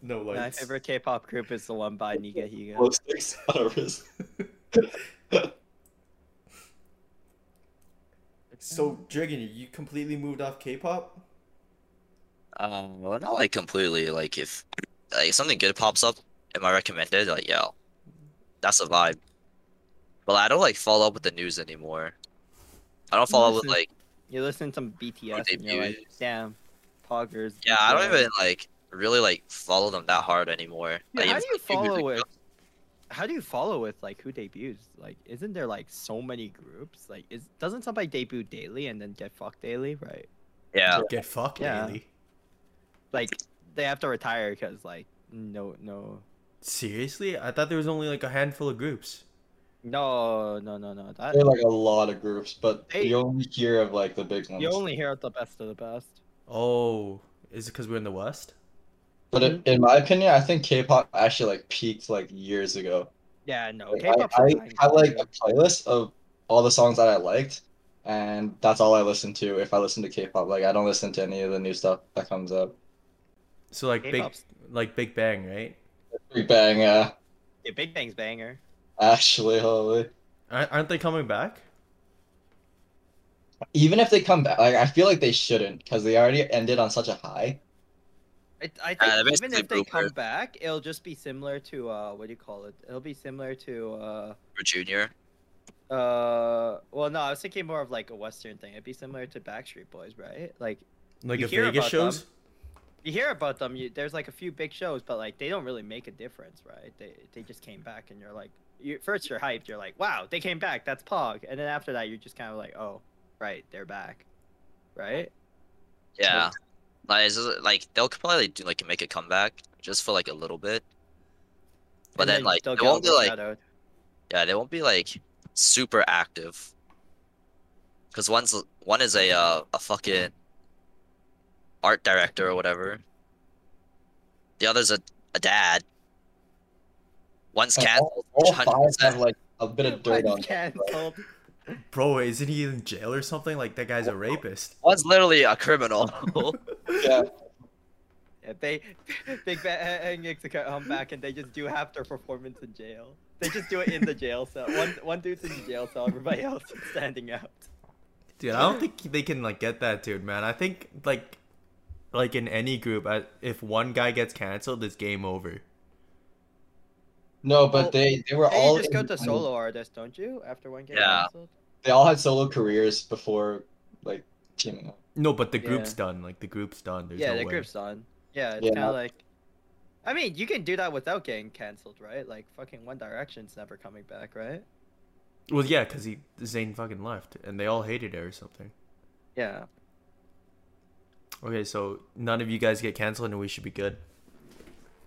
A: No
D: My
A: lights.
D: favorite K-pop group is the one by Niga Higa.
C: Ballistics on our wrist.
A: So, Dragon, you completely moved off K-pop.
B: Um, well, not like completely. Like if like something good pops up, am I recommended? Like yeah, that's a vibe. But I don't like follow up with the news anymore. I don't follow up with
D: Listen.
B: like
D: You listen to some BTS, and you're like,
B: debuts.
D: damn, poggers.
B: yeah, I don't
D: BTS."
B: even like really like follow them that hard anymore.
D: Yeah,
B: Like,
D: how
B: if
D: do you
B: something good
D: follow
B: comes
D: with?
B: up-
D: How do you follow with like who debuts? Like, isn't there like so many groups? Like, is doesn't somebody debut daily and then get fucked daily, right?
B: Yeah,
A: Get fucked,
D: Yeah.
A: Bailey.
D: Like, they have to retire because like no, no,
A: Seriously, I thought there was only like a handful of groups.
D: no, no, no, no. That
C: There are like a lot of groups, but
D: Hey.
C: you only hear of like the big ones.
D: you only hear the best of the best.
A: Oh, is it because we're in the West?
C: But in in my opinion, I think K-pop actually like peaked like years ago.
D: Yeah, no.
C: Like,
D: K-pop.
C: I, I have like a playlist of all the songs that I liked, and that's all I listen to if I listen to K-pop. Like I don't listen to any of the new stuff that comes up.
A: So like
D: K-pop's-
A: big, like Big Bang, right?
C: Big Bang, uh,
D: yeah, Big Bang's banger.
C: Ashley, holy.
A: Aren't aren't they coming back?
C: Even if they come back, like I feel like they shouldn't because they already ended on such a high.
D: I, I
B: Uh,
D: think even
B: basically
D: if they come
B: Boomer.
D: back, it'll just be similar to uh, what do you call it? It'll be similar to uh,
B: for Junior.
D: uh, well, no, I was thinking more of like a Western thing. It'd be similar to Backstreet Boys, right? Like
A: Like
D: You
A: the
D: hear
A: Vegas
D: about
A: shows?
D: them. you hear about them. You, there's like a few big shows, but like they don't really make a difference, right? They they just came back, and you're like, you first you're hyped. You're like, wow, they came back. That's Pog, and then after that, you're just kind of like, oh, right, they're back, right?
B: Yeah, like, it's just- like they'll probably do like make a comeback just for like a little bit, but
D: And
B: then, like
D: they'll
B: they
D: get
B: won't be like
D: overshadowed.
B: yeah they won't be like super active. Cause one's one is a uh, a fucking art director or whatever. The other's a, a dad. One's
C: Like,
B: canceled.
C: all, all five
B: 100%.
C: have like a bit of dirt on.
D: One's
C: them.
D: canceled.
A: Bro, isn't he in jail or something? Like that guy's a rapist.
B: One's literally a criminal.
C: Yeah,
D: Yeah, they uh, Big Bang makes a comeback and they just do half their performance in jail. They just do it in the jail cell. One one dude's in the jail cell, everybody else is standing out.
A: Dude, I don't think they can like get that dude, man. I think like like in any group, I, if one guy gets canceled, it's game over.
C: no, but
D: Well,
C: they they were
D: Hey,
C: all
D: you just go to
C: independent.
D: solo artists, don't you? After one game
B: Yeah.
D: canceled.
C: They all had solo careers before like teaming up.
A: No, but the group's
D: Yeah.
A: done. Like the group's done. There's no
D: yeah, the
A: way.
D: group's done. Yeah, it's
C: Yeah.
D: kind of like. I mean, you can do that without getting canceled, right? Like fucking One Direction's never coming back, right?
A: Well, yeah, because he Zayn fucking left, and they all hated it or something.
D: Yeah.
A: Okay, so none of you guys get canceled, and we should be good.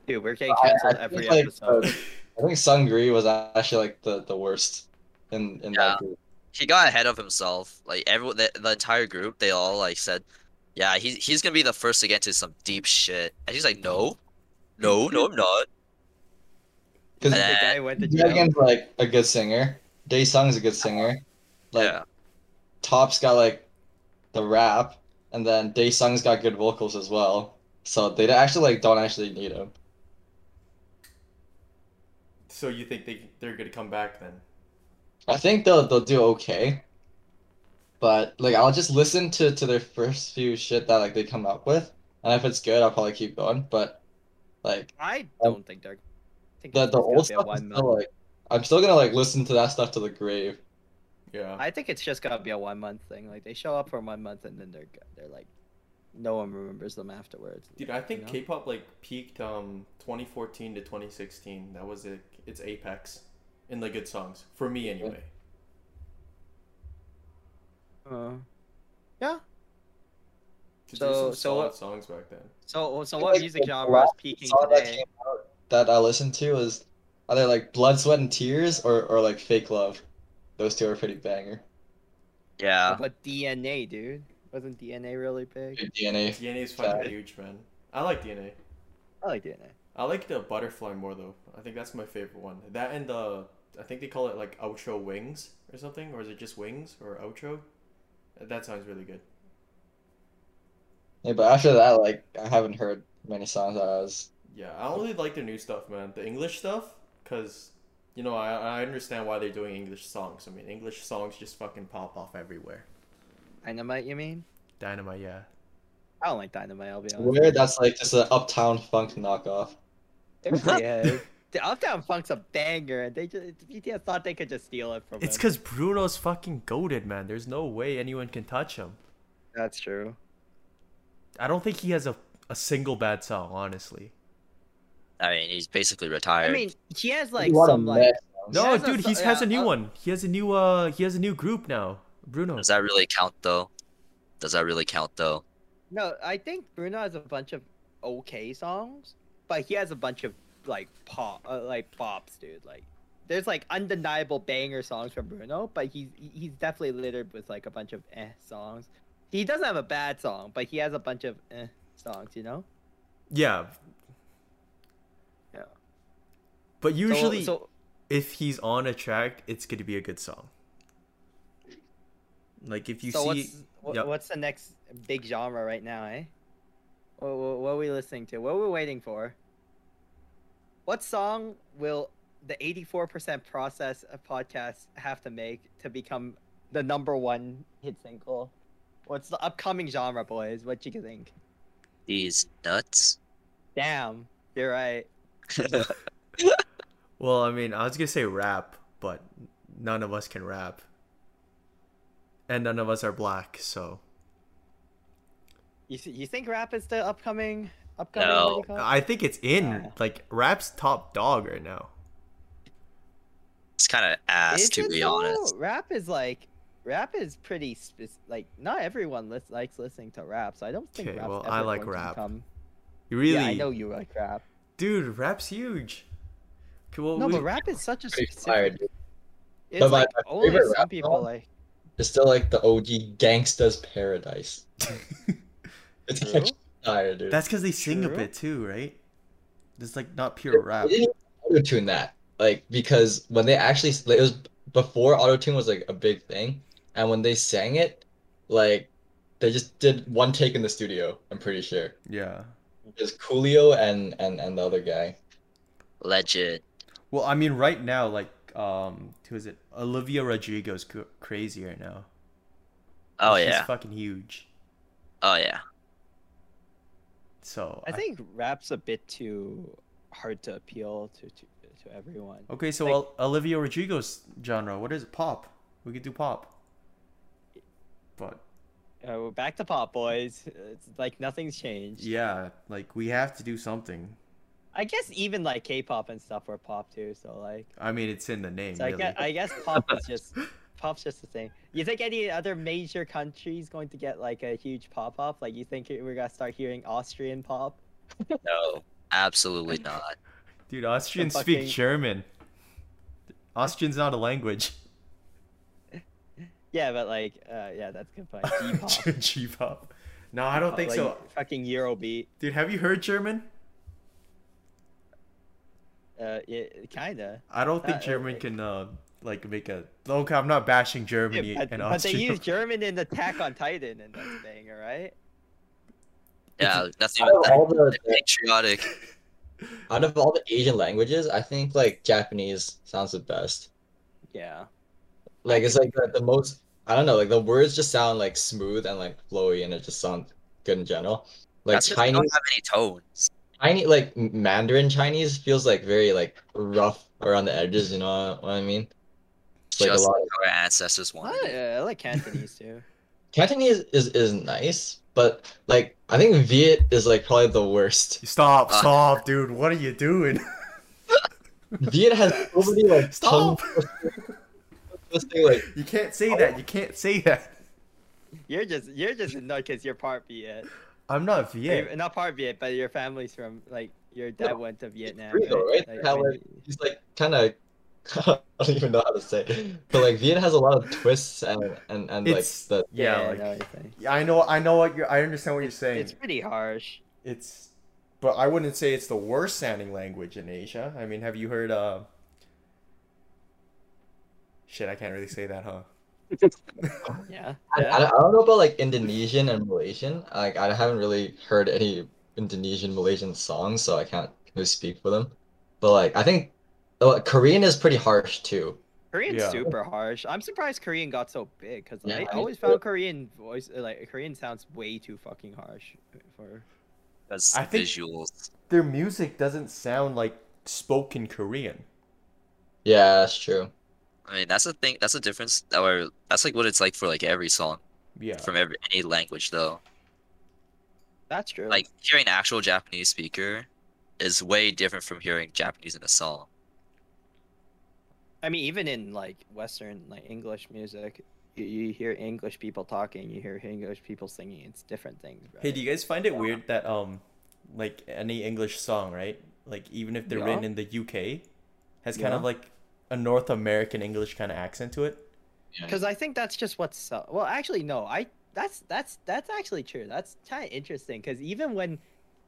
D: Dude, we're getting
C: I- I
D: canceled
C: think,
D: every
C: like,
D: episode.
C: uh, I think Sungri was actually like the, the worst in in
B: Yeah.
C: that group.
B: he got ahead of himself. Like everyone, the, the entire group, they all like said, "Yeah, he's he's gonna be the first to get into some deep shit." And he's like, "No, no, no, I'm not."
C: Because
D: the
B: uh,
D: guy went to jail.
C: Dragon's like a good singer. Day Sung's a good singer. Like
B: yeah,
C: Top's got like the rap, and then Day Sung's got good vocals as well. So they actually like don't actually need him.
A: So you think they they're gonna come back then?
C: I think they'll they'll do okay. But like I'll just listen to to their first few shit that like they come up with, and if it's good, I'll probably keep going. But like
D: I don't think they're. I think
C: the
D: it's
C: the
D: just gonna
C: old
D: be a
C: stuff is
D: one-man
C: still like I'm still gonna like listen to that stuff to the grave.
A: Yeah.
D: I think it's just gonna be a one month thing. Like they show up for one month and then they're go- they're like, no one remembers them afterwards.
A: Dude, I
D: think
A: think
D: You know?
A: K-pop like peaked um 2014 to 2016. That was it. Its apex in the good songs for me anyway.
C: anyway.
D: Uh, yeah.
A: 'Cause
D: there's some So- so what-
A: songs back then.
D: So so
C: I
D: what
C: think
D: music
C: the
D: genre is
C: last
D: peaking
C: song that
D: today?
C: came out that I listened to is either like Blood, Sweat, and Tears or, or like Fake Love. Those two are pretty banger.
B: yeah.
D: Uh,
C: uh,
D: But DNA, dude, wasn't DNA really big?
C: Good DNA.
A: DNA is
C: fucking
A: fucking huge, man. I like DNA.
D: I like DNA.
A: I like the butterfly more though. I think that's my favorite one. That and the I think they call it like outro wings or something, or is it just wings or outro? That sounds really good.
C: Yeah, but after that, like I haven't heard many songs that I was.
A: Yeah, I only like the new stuff, man. The English stuff, cause you know I I understand why they're doing English songs. I mean, English songs just fucking pop off everywhere.
D: Dynamite, you mean?
A: Dynamite, yeah.
D: I don't like Dynamite. I'll be honest.
C: Weird. That's like just an uptown funk knockoff.
D: It really is. The Uptown Funk's a banger, and they just BTS thought they could just steal it from
A: It's
D: them.
A: cause Bruno's fucking goaded, man. There's no way anyone can touch him.
D: That's true.
A: I don't think he has a a single bad song, honestly.
B: I mean, he's basically retired.
D: I mean, he has like
C: What a
D: some like.
C: mess.
A: No,
D: has a
A: dude,
D: so-
A: he has
D: yeah,
A: a new
D: uh,
A: one. He has a new uh he has a new group now. Bruno.
B: does that really count though? Does that really count though?
D: No, I think Bruno has a bunch of okay songs, but he has a bunch of like pop, uh, like bops, dude. Like, there's like undeniable banger songs from Bruno, but he's he's definitely littered with like a bunch of eh songs. He doesn't have a bad song, but he has a bunch of eh songs, you know.
A: Yeah.
D: Yeah.
A: But
D: So-
A: usually
D: so,
A: if he's on a track, it's gonna be a good song. Like if you
D: so
A: see,
D: what's, wha-
A: yeah.
D: what's the next big genre right now, eh? What, what, what are we listening to? What are we waiting for? What song will the 84% process of podcasts have to make to become the number one hit single? What's the upcoming genre, boys? What you think?
B: These nuts.
D: Damn, you're right.
A: well, I mean, I was gonna say rap, but none of us can rap, and none of us are black, so
D: You, th- you think rap is the upcoming upcoming? what do you call it?
A: I think it's in
D: Yeah.
A: like rap's top dog right now.
B: It's kind of ass
D: Is
B: to
D: it
B: be
D: though?
B: honest.
D: Rap is like, rap is pretty spec- like not everyone lis- likes listening to rap, so I don't think.
A: Okay,
D: rap's
A: well,
D: ever
A: I like
D: going to
A: rap.
D: become-
A: You really,
D: Yeah, I know you like rap.
A: dude, rap's huge. Okay, well,
D: No,
A: we-
D: but rap is such a
C: Pretty fire,
D: specific.
C: dude.
D: It's
C: But my-
D: like
C: my
D: only
C: favorite
D: some
C: rap
D: people
C: song-
D: like.
C: It's still like the OG Gangsta's Paradise. it's
D: True.
C: actually fire, dude.
A: that's because they sing a
D: True.
A: bit too, right? It's like not pure rap.
C: They didn't auto tune that, like because when they actually like, it was before auto tune was like a big thing, and when they sang it, like they just did one take in the studio. I'm pretty sure.
A: Yeah.
C: It's Coolio and and and the other guy.
B: Legend.
A: Well, I mean, right now, like, um, who is it? Olivia Rodrigo's c- crazy right now.
B: Oh
A: She's
B: yeah.
A: fucking huge.
B: Oh yeah.
A: So
D: I think rap's a bit too hard to appeal to to, to everyone.
A: okay, so
D: like-
A: Ol- Olivia Rodrigo's genre, what is it? Pop. We could do pop. But
D: Uh, we're back to pop, boys. It's like nothing's changed.
A: yeah, like we have to do something.
D: I guess even like K-pop and stuff were pop too. So like.
A: I mean, it's in the name,
D: So
A: really.
D: I guess, I guess pop is just pop's just the thing. You think any other major country's going to get like a huge pop up? Like you think we're gonna start hearing Austrian pop?
B: No. Absolutely not.
A: Dude, Austrians
D: fucking-
A: speak German. Austrian's not a language.
D: Yeah, but like, uh, yeah, that's good point. G-pop.
A: G-pop. No, I don't think
D: like,
A: so.
D: Fucking Eurobeat.
A: Dude, have you heard German?
D: Uh, yeah, kinda.
A: I don't think
D: Uh,
A: German
D: okay.
A: can uh, like make a. Okay, I'm not bashing
D: Yeah,
A: Germany
D: but,
A: and
D: but they
A: Austria.
D: use German in Attack on Titan and that thing, alright?
B: Yeah, that's
C: Out
B: even
C: of all the
B: that's patriotic.
C: out of all the Asian languages, I think like Japanese sounds the best.
D: Yeah.
C: Like it's like the, the most I don't know, like the words just sound like smooth and like flowy and it just sounds good in general. Like
B: That's 'cause they don't
C: Chinese
B: have any tones.
C: Chinese like Mandarin Chinese feels like very like rough around the edges, you know what I mean? It's like a
B: just
C: lot
B: like our ancestors wanted.
D: I,
B: it.
D: uh, I like Cantonese too.
C: Cantonese is, is nice, but like I think Viet is like probably the worst.
A: Stop,
B: Uh.
A: stop, dude. What are you doing?
C: Viet has so many like
A: Stop.
C: tongue-twisting, like
A: You can't say that. You can't say that.
D: You're just you're just annoyed because you're part Viet.
A: I'm not
D: You're
A: Viet.
D: Not part Viet, but your family's from like your dad went to Vietnam.
C: free though, right?
D: Like,
C: Yeah,
D: when-
C: like- he's like kind of I don't even know how to say, it. but like Viet has a lot of twists and and, and like
A: It's
C: the
A: yeah,
D: I
A: like
D: know what you're saying.
A: yeah, I know. I know what you're. I understand what you're saying.
D: it's pretty harsh.
A: it's but I wouldn't say it's the worst sounding language in Asia. I mean, have you heard uh shit, I can't really say that, huh?
D: Yeah.
C: I, I don't- I don't know about like Indonesian and Malaysian. Like I haven't really heard any Indonesian Malaysian songs, so I can't really speak for them. But like I think oh, Korean is pretty harsh too.
D: Korean's
A: Yeah.
D: super harsh. I'm surprised Korean got so big because
C: Yeah,
D: I
C: I-
D: always found Korean voice like Korean sounds way too fucking harsh for.
B: That's
A: I think-
B: visuals.
A: Their music doesn't sound like spoken Korean.
C: Yeah, that's true.
B: I mean, that's the thing. That's the difference. Or that's like what it's like for like every song
A: Yeah.
B: from every any language though.
D: That's true.
B: Like hearing an actual Japanese speaker is way different from hearing Japanese in a song.
D: I mean, even in like Western like English music, you, you hear English people talking, you hear English people singing. It's different things. Right?
A: Hey, do you guys find it weird that um like any English song, right? Like even if they're
D: Yeah.
A: written in the UK, has kind of
D: Yeah.
A: like a North American English kind of accent to it.
D: Because I think that's just what's so- well. Actually, no. I that's that's that's actually true. That's kind of interesting. Because even when,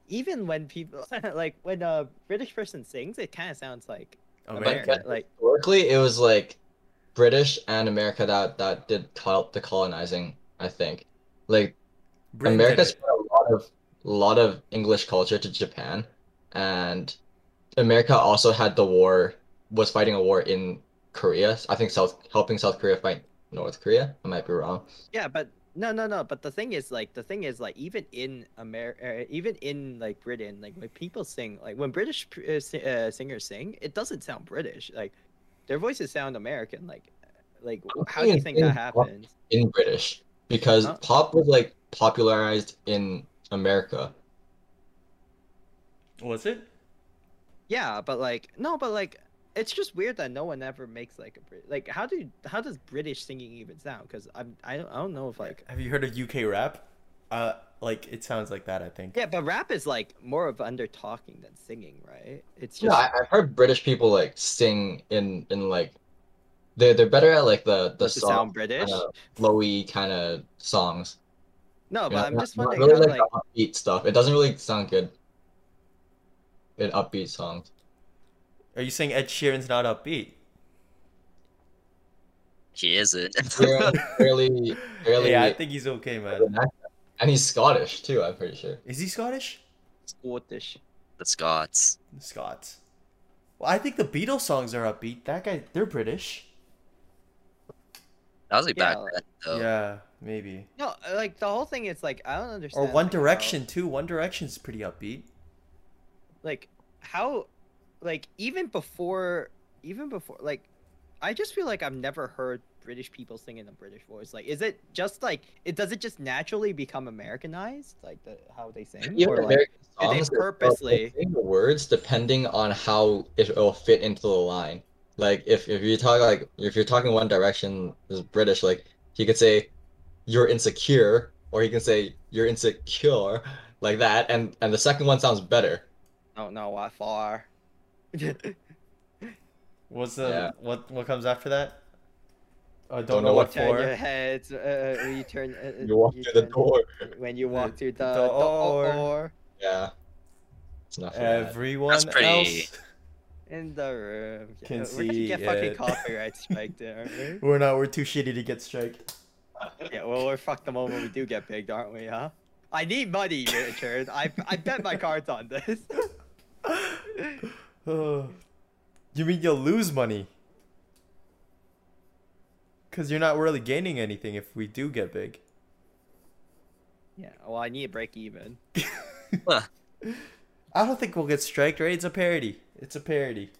D: even when people like when a British person sings, it kind of sounds like
A: America.
C: America.
D: Like,
C: Historically, it was like British and America that that did col- the colonizing. I think like
A: Britain did
C: America
A: it.
C: spread a lot of lot of English culture to Japan, and America also had the war was fighting a war in Korea. I think South helping South Korea fight North Korea. I might be wrong.
D: Yeah, but no, no, no. But the thing is, like, the thing is, like, even in America, even in like Britain, like when people sing, like when British p- uh, si- uh, singers sing, it doesn't sound British. Like, their voices sound American. Like, like w- how do you think
C: think
D: that
C: it's not-
D: happens?
C: in British because
D: Huh?
C: pop was like popularized in America.
A: Was it?
D: Yeah, but like, no, but like, it's just weird that no one ever makes like a Brit. Like, how do how does British singing even sound? Because I'm I don't, I don't know if like.
A: Have you heard of UK rap? Uh, like it sounds like that. I think.
D: Yeah, but rap is like more of under talking than singing, right? It's
C: Yeah,
D: just
C: I, I've heard British people like sing in in like they're they're better at like the the
D: does it sound
C: soft,
D: British.
C: uh, flowy kind of songs.
D: No, but
C: Yeah,
D: I'm
C: not-
D: just
C: not
D: wondering how
C: really like,
D: like.
C: the upbeat stuff. It doesn't really sound good. In upbeat songs.
A: Are you saying Ed Sheeran's not upbeat?
B: He isn't.
C: Really, really, really
A: Yeah, I think he's okay, man.
C: and he's Scottish too. I'm pretty sure.
A: Is he Scottish?
C: uh,
D: Scottish.
B: the Scots.
A: Scots. Well, I think the Beatles songs are upbeat. That guy, they're British.
B: That was like back
D: Yeah.
B: then, though.
A: Yeah, maybe.
D: No, like the whole thing is like I don't
A: Or
D: understand.
A: One
D: like, how-
A: Direction too. One Direction's pretty upbeat.
D: like how, like even before, even before, like I just feel like I've never heard British people sing in a British voice. Like, is it just like it? Does it just naturally become Americanized, like the how they sing?
C: Even
D: or, like,
C: American
D: do they
C: songs, they'll- they'll
D: purposely-
C: sing the words depending on how it will fit into the line. Like if, if you talk like if you're talking One Direction is British, like he could say you're insecure, or he can say you're insecure, like that, and and the second one sounds better.
D: don't know why far.
A: What's the
C: Yeah.
A: what? What comes after that? I don't,
C: Don't
A: know,
C: know
A: what
D: turn your
A: for.
D: head. Uh, when you turn. Uh,
C: You walk through the
D: turn-
C: door.
D: When you walk through the,
A: door.
D: door.
C: Yeah. It's not for that.
A: Everyone
B: That's pretty-
A: else.
D: In the room. Yeah,
A: Can
D: uh, We're gonna
A: see
D: get fucking
A: it.
D: copyright strike there, aren't
A: We're not. We're too shitty to get strike.
D: we? Yeah, well, we're fucked the moment we do get picked, aren't we, huh? I need money, Richard. I, I bet my cards on this.
A: Oh. you mean you'll lose money? Cause you're not really gaining anything if we do get big.
D: yeah, well, I need a break even.
A: I don't think we'll get striked, right? It's a parody. It's a parody.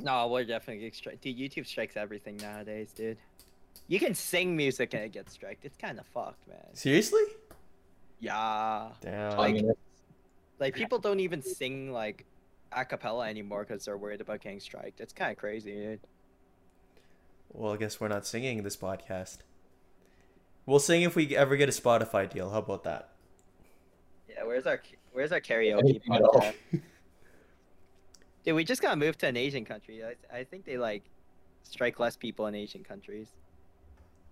D: No, we're definitely getting strike. Dude, YouTube strikes everything nowadays, dude. You can sing music and it gets striked. It's kind of fucked, man.
A: Seriously?
D: Yeah.
A: Damn.
C: I mean,
D: Like, people don't even sing, like, a cappella anymore because they're worried about getting striked. It's kind of crazy, dude.
A: well, I guess we're not singing this podcast. We'll sing if we ever get a Spotify deal. How about that?
D: Yeah, where's our where's our karaoke
C: Anything at all.
D: podcast? Dude, we just gotta move to an Asian country. I, I think they like strike less people in Asian countries.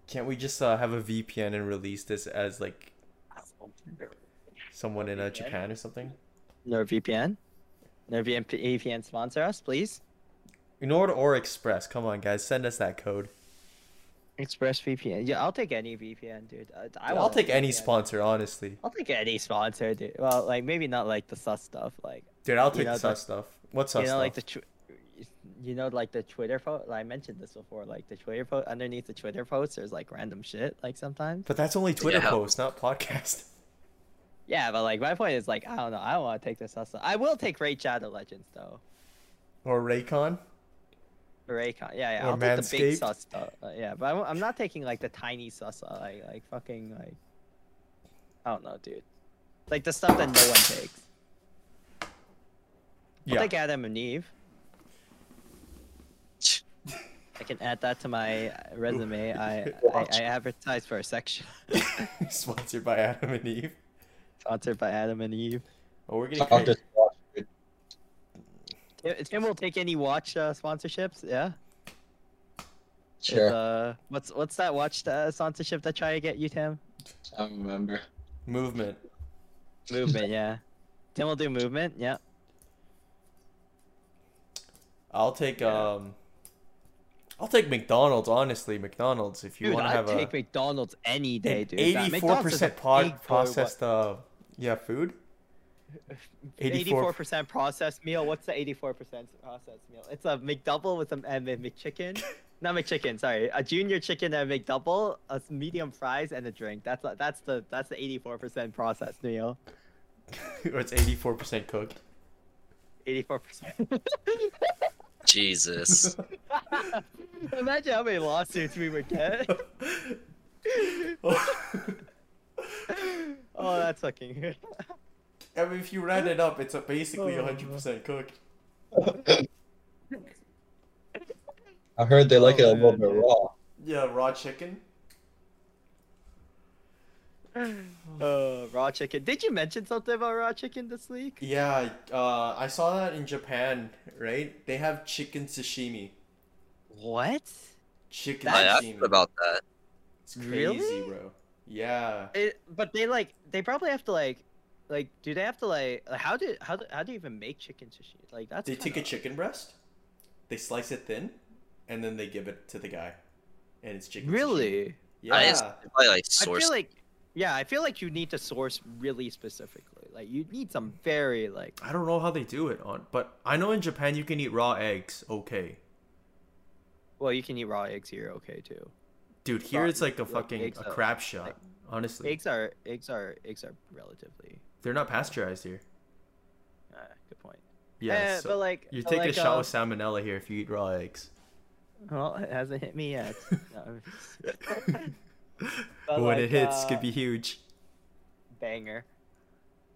A: Can't we just uh, have a VPN and release this as like someone in uh,
D: VPN?
A: Japan or something?
D: NordVPN, NordVPN VPN sponsor us, please.
A: Nord or Express? Come on, guys, send us that code.
D: ExpressVPN. Yeah, I'll take any VPN, dude. I, I
A: I will
D: want a
A: take any
D: VPN.
A: sponsor, honestly.
D: I'll take any sponsor, dude. Well, like maybe not like the sus stuff, like
A: Dude, I'll
D: You
A: take
D: know,
A: the
D: the-
A: sus stuff. What sus
D: you know,
A: stuff?
D: like the. Tw- you know, like the Twitter post. I mentioned this before. Like the Twitter post underneath the Twitter post, there's like random shit. Like sometimes.
A: But that's only Twitter
B: Yeah.
A: posts, not podcast.
D: Yeah, but like my point is like I don't know. I don't want to take this hustle. I will take Raid Shadow Legends though.
A: Or Raycon.
D: Raycon. Yeah, yeah.
A: Or
D: I'll take the big
A: Manscaped.
D: sus though. Uh, yeah, but I'm, I'm not taking like the tiny sus. uh, Like like fucking like. I don't know, dude. Like the stuff that no one takes. I'll
A: Yeah.
D: take Adam and Eve. I can add that to my uh, resume. I, I I advertise for a section
A: Sponsored by Adam and Eve.
D: sponsored by Adam and Eve.
A: Oh, we're getting
C: I'll
A: cra-
C: just watch it.
D: Tim, Tim will take any watch uh, sponsorships. Yeah. Is,
C: Sure.
D: uh, what's what's that watch uh, sponsorship that try to get you, Tim?
C: I don't remember.
A: movement.
D: Movement, yeah. Tim will do movement, yeah.
A: I'll take
D: Yeah.
A: um. I'll take McDonald's. Honestly, McDonald's. If you
D: Dude,
A: want to
D: I'd
A: have a
D: take McDonald's any day, dude. That-
A: eighty-four
D: McDonald's is a
A: percent pod
D: big boy, what-
A: processed uh yeah food. 84
D: 84 percent processed meal. What's the 84 percent processed meal? It's a McDouble with some and a McChicken. Not McChicken, sorry. A junior chicken and a McDouble, a s- medium fries, and a drink. That's a, that's the that's the 84 percent processed meal.
A: or it's eighty-four percent cooked.
D: 84 percent.
B: Jesus.
D: Imagine how many lawsuits we would get. oh, that's fucking good.
A: I mean, if you round it up, it's a basically
D: Oh.
A: hundred percent cooked.
C: I heard they like
D: Oh,
C: it a little
D: man,
C: bit
D: dude.
C: raw.
A: Yeah, raw chicken.
D: Uh, raw chicken. Did you mention something about raw chicken this week?
A: Yeah, uh, I saw that in Japan. Right, they have chicken sashimi.
D: What?
A: Chicken
B: I
D: That's-
B: asked
A: sashimi.
B: about that.
A: It's
D: Really?
A: crazy, bro. Yeah.
D: It, but they like they probably have to like like do they have to like like, how do how do, how do you even make chicken sushi? Like that's
A: They take a
D: kinda-
A: chicken breast, they slice it thin, and then they give it to the guy, and it's chicken. sashimi.
D: Really?
A: Yeah.
B: I asked probably like
D: I
B: source.
D: feel like yeah, I feel like you need to source really specifically. Like you need some very like
A: I don't know how they do it on, but I know in Japan you can eat raw eggs. Okay,
D: well you can eat raw eggs here, okay too.
A: dude, here
D: Raw-
A: it's like a
D: like
A: fucking
D: eggs
A: a
D: are-
A: crap shot. Honestly,
D: Eggs are eggs are eggs are relatively
A: they're not pasteurized here.
D: uh, good point.
A: Yeah,
D: Eh,
A: so
D: but like
A: you're
D: but,
A: taking
D: like,
A: a shot
D: um,
A: with salmonella here if you eat raw eggs.
D: Well, it hasn't hit me yet. No.
A: But
D: But,
A: when
D: like,
A: it hits, it
D: uh,
A: could be huge.
D: banger.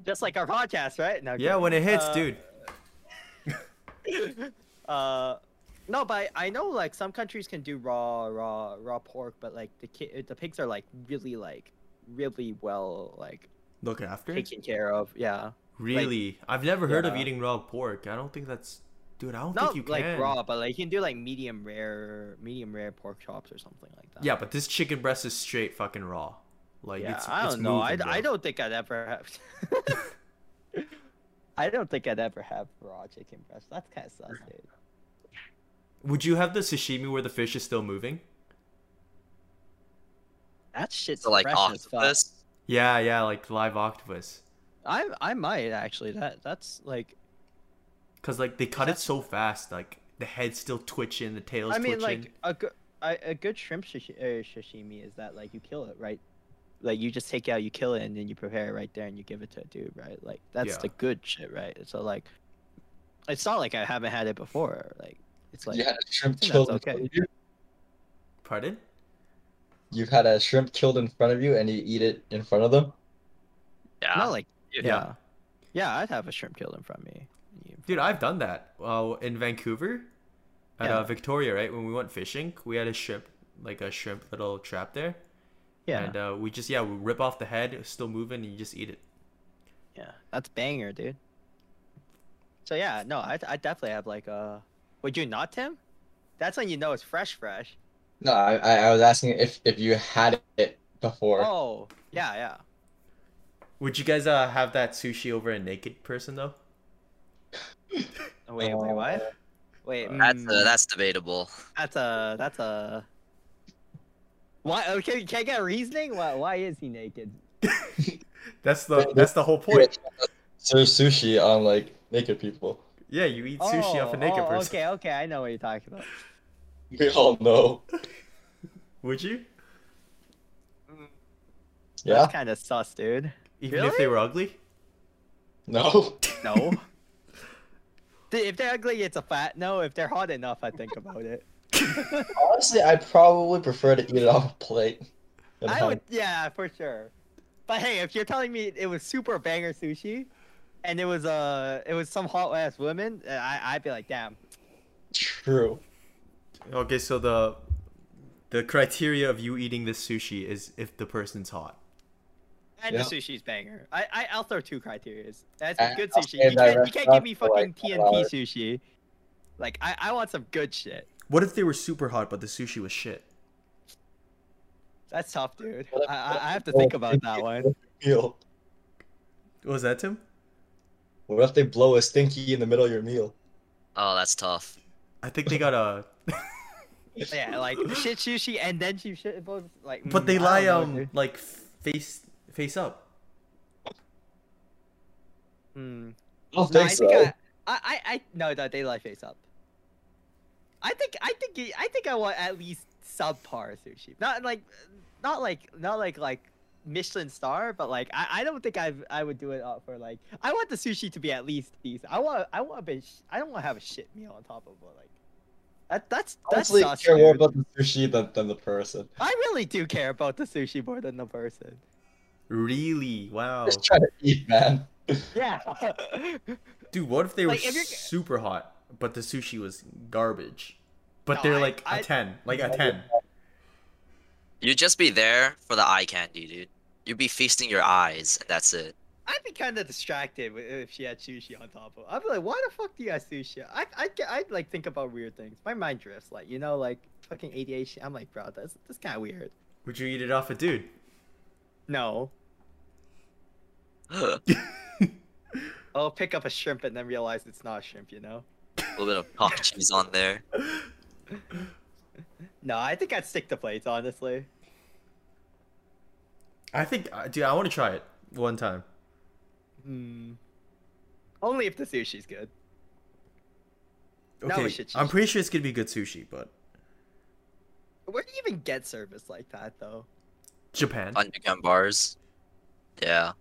D: Just like our podcast, right? No,
A: Yeah, when it hits,
D: uh,
A: dude.
D: kidding. uh, no, but I I know like some countries can do raw, raw, raw pork, but like the ki- the pigs are like really like really well like
A: Look after.
D: taken care of. Yeah,
A: Really, I've never heard of
D: Yeah.
A: eating raw pork. I don't think that's, dude. I don't
D: not
A: think you can.
D: like raw, but like you can do like medium rare, medium rare pork chops or something like that.
A: Yeah, but this chicken breast is straight fucking raw. Like
D: yeah.
A: it's,
D: I
A: it's
D: don't know. I,
A: moving,
D: I
A: bro.
D: don't think I'd ever have. I don't think I'd ever have raw chicken breast. That's kind of sus, dude.
A: Would you have the sashimi where the fish is still moving?
D: That shit's
B: So like
D: fresh as fuck.
B: octopus.
A: Yeah, yeah, like live octopus.
D: I I might actually. That that's like
A: Cause like they cut it
D: That's-
A: so fast, like the head's still twitching, the tail's
D: I mean
A: twitching.
D: like a good I- a good shrimp shishi- uh, sashimi is that like you kill it right, like you just take it out, you kill it, and then you prepare it right there, and you give it to a dude, right? Like that's
A: Yeah.
D: the good shit, right? So like, it's not like I haven't had it before. Like it's like
C: you had a shrimp
D: think that's
C: killed in
D: okay.
C: front of you.
A: Pardon?
C: You've had a shrimp killed in front of you, and you eat it in front of them.
B: Yeah.
D: not like
B: Yeah.
D: yeah. yeah, I'd have a shrimp killed in front of me. You-
A: Dude, I've done that. Uh, in Vancouver, at
D: Yeah.
A: uh, Victoria, right? When we went fishing, we had a shrimp, like a shrimp little trap there,
D: Yeah,
A: and uh, we just yeah, we rip off the head, it's still moving, and you just eat it.
D: yeah, that's banger, dude. So yeah, no, I I definitely have like a. Would you not, Tim? That's when you know it's fresh, fresh.
C: No, I, I I was asking if if you had it before.
D: Oh, yeah, yeah.
A: Would you guys uh, have that sushi over a naked person though?
D: Oh, Wait, wait, what? Wait,
B: That's uh,
D: mm,
B: that's debatable.
D: that's a that's a. Why? Okay, can I get reasoning? Why? Why is he naked?
A: That's
C: Yeah,
A: the that's the whole point.
C: Serve sushi on like naked people.
A: Yeah, you eat sushi off a naked
D: oh,
A: person.
D: okay, okay, I know what you're talking about.
C: We all know.
A: Would you?
C: Yeah.
D: That's kind of sus, dude.
A: Even if they were ugly?
C: No.
D: No. Dude, if they're ugly, it's a fat no. If they're hot enough, I think about it.
C: Honestly, I probably prefer to eat it off a plate. than
D: I
C: have-
D: would, yeah, for sure. But hey, if you're telling me it was super banger sushi, and it was uh, it was some hot ass woman, uh, I I'd be like, damn.
C: True.
A: Okay, so the the criteria of you eating this sushi is if the person's hot.
D: And
C: Yeah.
D: the sushi's banger. I, I I'll throw two criterias. That's
C: And
D: good
C: I'll
D: sushi.
C: say
D: You can't, you
C: that
D: can't give me
C: restaurant for, uh,
D: fucking
C: like,
D: TNT
C: $5.
D: sushi. Like I, I want some good shit.
A: What if they were super hot but the sushi was shit?
D: That's tough, dude.
C: What if-
D: I,
C: what
D: I, I
C: if
D: have to
C: people
D: think about that
C: think
D: one.
C: Meal.
A: What was that Tim?
C: What if they blow a stinky in the middle of your meal?
B: Oh, that's tough.
A: I think they got a.
D: yeah, like shit sushi and then she shit both like.
A: But
D: mm,
A: they
D: I
A: lie
D: don't know,
A: um
D: dude.
A: like face face up.
D: Mm.
C: I don't
D: No, I
C: think so.
D: think I, I, I, I, no, no, they lie face up. I think, I think, he- I think I want at least subpar sushi. Not like, not like, not like like Michelin star, but like I, I don't think I, have I would do it up for like. I want the sushi to be at least decent. I want, I want a bit. sh- I don't want to have a shit meal on top of it. Like, that, that's Oh, that's
C: Honestly,
D: sus,
C: care more
D: dude.
C: about the sushi than, than the person.
D: I really do care about the sushi more than the person.
A: Really? Wow.
C: Just trying to eat, man.
D: Yeah.
A: Dude, what if they were
D: Like, if you're-
A: super hot, but the sushi was garbage? But
D: No,
A: they're
D: I-
A: like a
D: I-
A: 10. Like a 10.
B: You'd just be there for the eye candy, dude. You'd be feasting your eyes, and that's it.
D: I'd be kind of distracted wi- if she had sushi on top of. I'd be like, why the fuck do you have sushi? I I get- I'd like think about weird things. My mind drifts, like you know, like fucking ADHD. I'm like, bro, that's that's kind of weird.
A: Would you eat it off a dude?
D: No,
B: a
D: I'll pick up a shrimp and then realize it's not a shrimp. You know?
B: little bit of pop cheese on there.
D: No, I think I'd stick to plates, honestly.
A: I think, uh, dude, I want to try it one time.
D: Hmm. Only if the sushi's good. No,
A: Okay,
D: we should-
A: I'm pretty sure it's gonna be good sushi, but
D: Where do you even get service like that though?
A: Japan.
B: Underground bars. Yeah.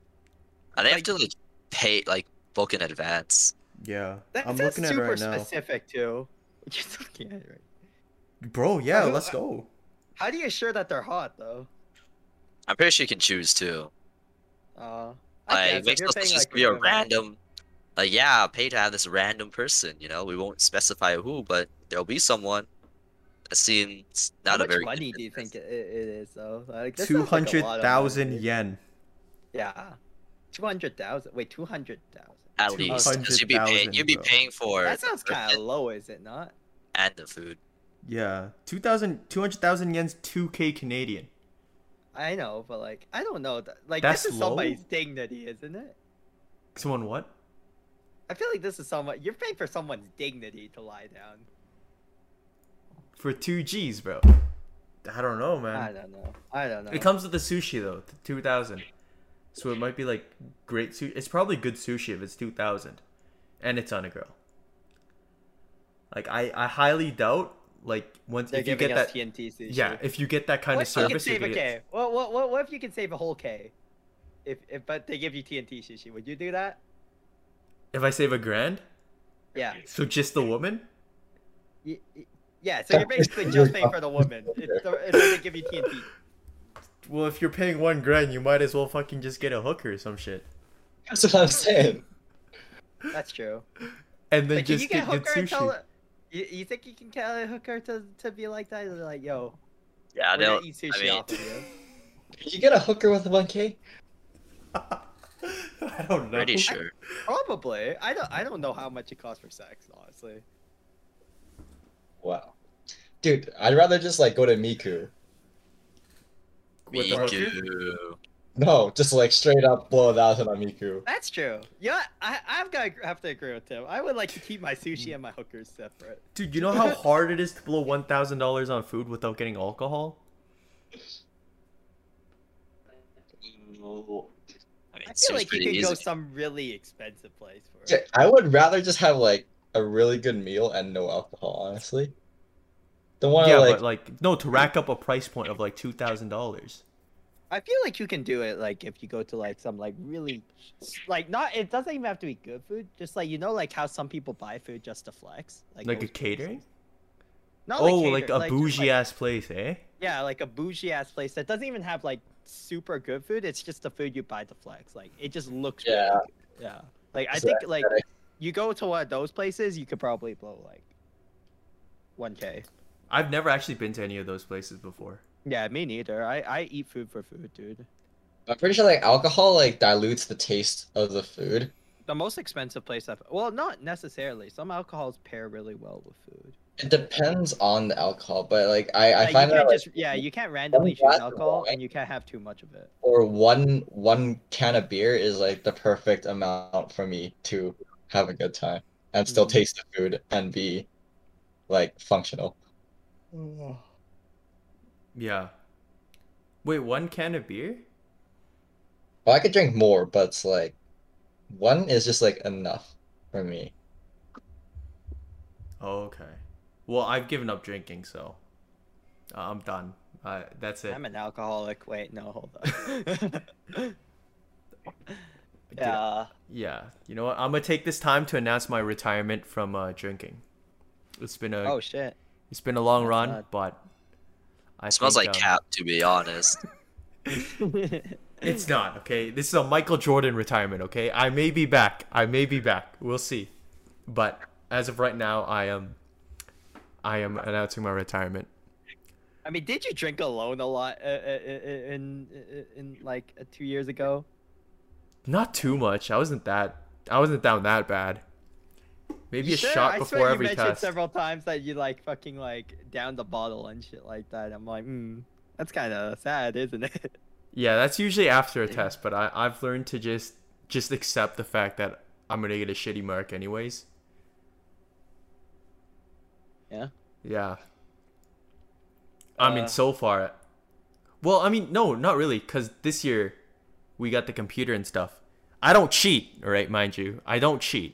B: And they have to like pay like book in advance.
A: Yeah,
D: That,
A: I'm
D: that's
A: looking at it
D: super
A: right now,
D: specific too. You're looking at it right.
A: bro. Yeah,
D: Who- uh,
A: let's go.
D: How do you assure that they're hot though?
B: I'm pretty sure you can choose too.
D: Uh,
B: Like it
D: I guess, if
B: makes
D: you're
B: no
D: paying,
B: sense just
D: like,
B: to be a
D: minimum-
B: random like yeah, pay to have this random person, you know? We won't specify who, but there'll be someone. That seems
D: How
B: not a
D: much
B: very good
D: money do you
B: business.
D: think it, it it is though? Like this
A: Two
D: sounds like a
A: hundred
D: lot of money,
A: thousand
D: dude.
A: yen.
D: Yeah, two hundred thousand. Wait, two hundred thousand.
B: at least 'cause you'd be paying
A: 200,000,
B: you'd be
A: bro.
B: paying for
D: That
B: the
D: sounds kind of
B: person
D: low, is it not?
B: and the food.
A: Yeah, 2,000 200,000 yen's two k Canadian.
D: I know, but like, I don't know. th- Like,
A: That's
D: this is
A: low?
D: somebody's dignity, isn't it?
A: Someone what?
D: I feel like this is someone. You're paying for someone's dignity to lie down.
A: For two G's, bro. I don't know, man.
D: I don't know. I don't know.
A: Um, It comes with the sushi though, t- two thousand. So it might be like great sushi. It's probably good sushi if it's two thousand, and it's on a grill. Like I, I highly doubt like once
D: They're
A: if you
D: giving
A: get
D: us
A: that
D: TNT sushi.
A: yeah if you get that kind
D: what
A: of
D: if you can
A: service you
D: save a
A: could
D: K?
A: get,
D: What, what, what, what if you can save a whole K? If, if but they give you TNT sushi, would you do that?
A: if I save a grand
D: Yeah.
A: so just the woman
D: Y- y- Yeah, so you're basically just paying for the woman. It's the, it's when they give you TNT.
A: well if you're paying one grand you might as well fucking just get a hooker or some shit
C: That's what I'm saying.
D: That's true.
A: and then
D: Like, can
A: just
D: you get
A: get,
D: a
A: good
D: hooker and tell
A: sushi.
D: her? You, you think you can tell a hooker to, to be like that? They're like, yo,
B: Yeah, I
D: we're gonna
B: don't
D: eat sushi
B: mean-
D: off of you.
C: Did you get a hooker with 1k?
A: I don't know.
B: pretty sure.
D: Probably. I don't. I don't know how much it costs for sex, honestly.
C: Wow. Dude, I'd rather just like go to Miku.
A: With
B: Me
A: the hooker?
B: too.
C: No, just like straight up blow a thousand on Miku.
D: That's true. Yeah, I, I've got to have to agree with Tim. I would like to keep my sushi and my hookers separate.
A: Dude, you know how hard it is to blow one thousand dollars on food without getting alcohol?
B: I mean,
D: I
B: seems
D: feel like you
B: pretty
D: could go
B: easy.
D: some really expensive place for
C: Dude,
D: it.
C: I would rather just have like a really good meal and no alcohol, honestly. Don't want to
A: yeah,
C: like,
A: but like no, to rack up a price point of like two thousand dollars.
D: I feel like you can do it like if you go to like some like really like not it doesn't even have to be good food just like you know like how some people buy food just to flex
A: Like a
D: those places.
A: catering?
D: not
A: Oh,
D: catering,
A: like a
D: just,
A: bougie ass place, eh?
D: yeah like a bougie ass place that doesn't even have like super good food it's just the food you buy to flex like it just looks really
C: Yeah.
D: good. yeah like I
C: It's
D: think like
C: aesthetic.
D: you go to one of those places you could probably blow like 1k
A: I've never actually been to any of those places before.
D: yeah me neither I I eat food for food dude
C: I'm pretty sure like alcohol like dilutes the taste of the food.
D: the most expensive place I've well, not necessarily. Some alcohols pair really well with food.
C: It depends on the alcohol, but like I, I
D: Like,
C: find
D: you
C: that
D: can't
C: like,
D: just yeah, you can't randomly choose
C: glass of
D: alcohol
C: wine-
D: and you can't have too much of it.
C: or one one can of beer is like the perfect amount for me to have a good time and still
D: Mhm.
C: taste the food and be like functional. Mm.
A: Yeah. Wait, one can of beer?
C: Well, I could drink more, but it's like one is just like enough for me.
A: Oh, okay. Well, I've given up drinking, so I'm done. Uh, that's it.
D: I'm an alcoholic. Wait, no, hold up. Uh,
A: Dude,
D: yeah.
A: Yeah. You know what? I'm gonna take this time to announce my retirement from uh, drinking. It's been a
D: Oh shit.
A: it's been a long
D: that's
A: run,
D: bad.
A: but I
B: It smells
A: think,
B: like
A: um,
B: cap, to be honest.
A: It's not okay. This is a Michael Jordan retirement. Okay, I may be back. I may be back. We'll see. But as of right now, I am I am announcing my retirement.
D: I mean, did you drink alone a lot uh, uh, uh, in uh, in like uh, two years ago?
A: Not too much. I wasn't that. I wasn't down that bad. Maybe a
D: Sure,
A: shot
D: I
A: before
D: swear
A: every
D: you mentioned
A: test.
D: several times that you like fucking like down the bottle and shit like that. I'm like, hmm, that's kind of sad, isn't it?
A: Yeah, that's usually after a test. But I I've learned to just just accept the fact that I'm gonna get a shitty mark anyways.
D: Yeah.
A: Yeah. I mean,
D: Uh,
A: so far. Well, I mean, no, not really, because this year we got the computer and stuff. I don't cheat, all right, mind you. I don't cheat.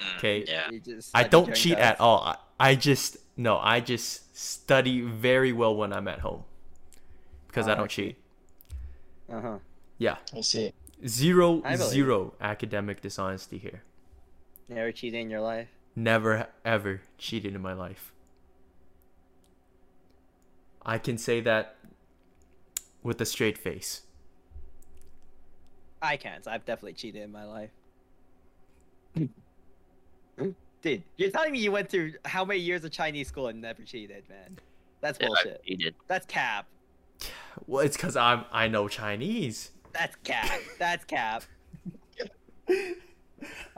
D: Mm,
A: Okay.
B: Yeah.
D: You just
A: I
D: had to
A: don't
D: drink
A: cheat
D: those.
A: at all. I, I just, no, I just study very well when I'm at home because I
D: Ah,
A: don't
D: I see.
A: cheat.
D: Uh-huh.
A: Yeah.
C: I see.
A: Zero,
D: I believe it.
A: zero academic dishonesty here.
D: Never cheated in your life.
A: never ever cheated in my life. I can say that with a straight face.
D: I can't. I've definitely cheated in my life. Dude, you're telling me you went through how many years of Chinese school and never cheated, man? That's
B: Yeah,
D: bullshit.
B: I cheated.
D: That's cap.
A: Well, it's because I'm I know Chinese.
D: That's cap. That's cap.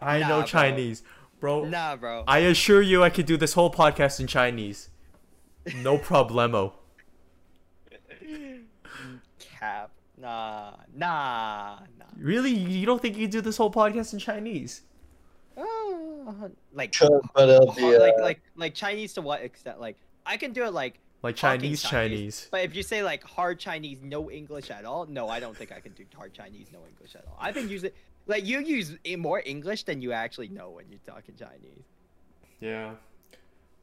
A: I
D: Nah,
A: know
D: bro.
A: Chinese, bro.
D: Nah, bro.
A: I assure you, I could do this whole podcast in Chinese. No problemo.
D: Cap. Nah, nah, nah.
A: really, you don't think you could do this whole podcast in Chinese?
D: Oh, like,
C: But it'll be
D: Oh, like,
C: uh,
D: like, like Chinese to what extent? Like, I can do it like
A: Like
D: Talking
A: Chinese, Chinese.
D: Chinese. But if you say like hard Chinese, no English at all, no, I don't think I can do hard Chinese, no English at all. I've been using like you use i- more English than you actually know when you're talking Chinese.
A: Yeah.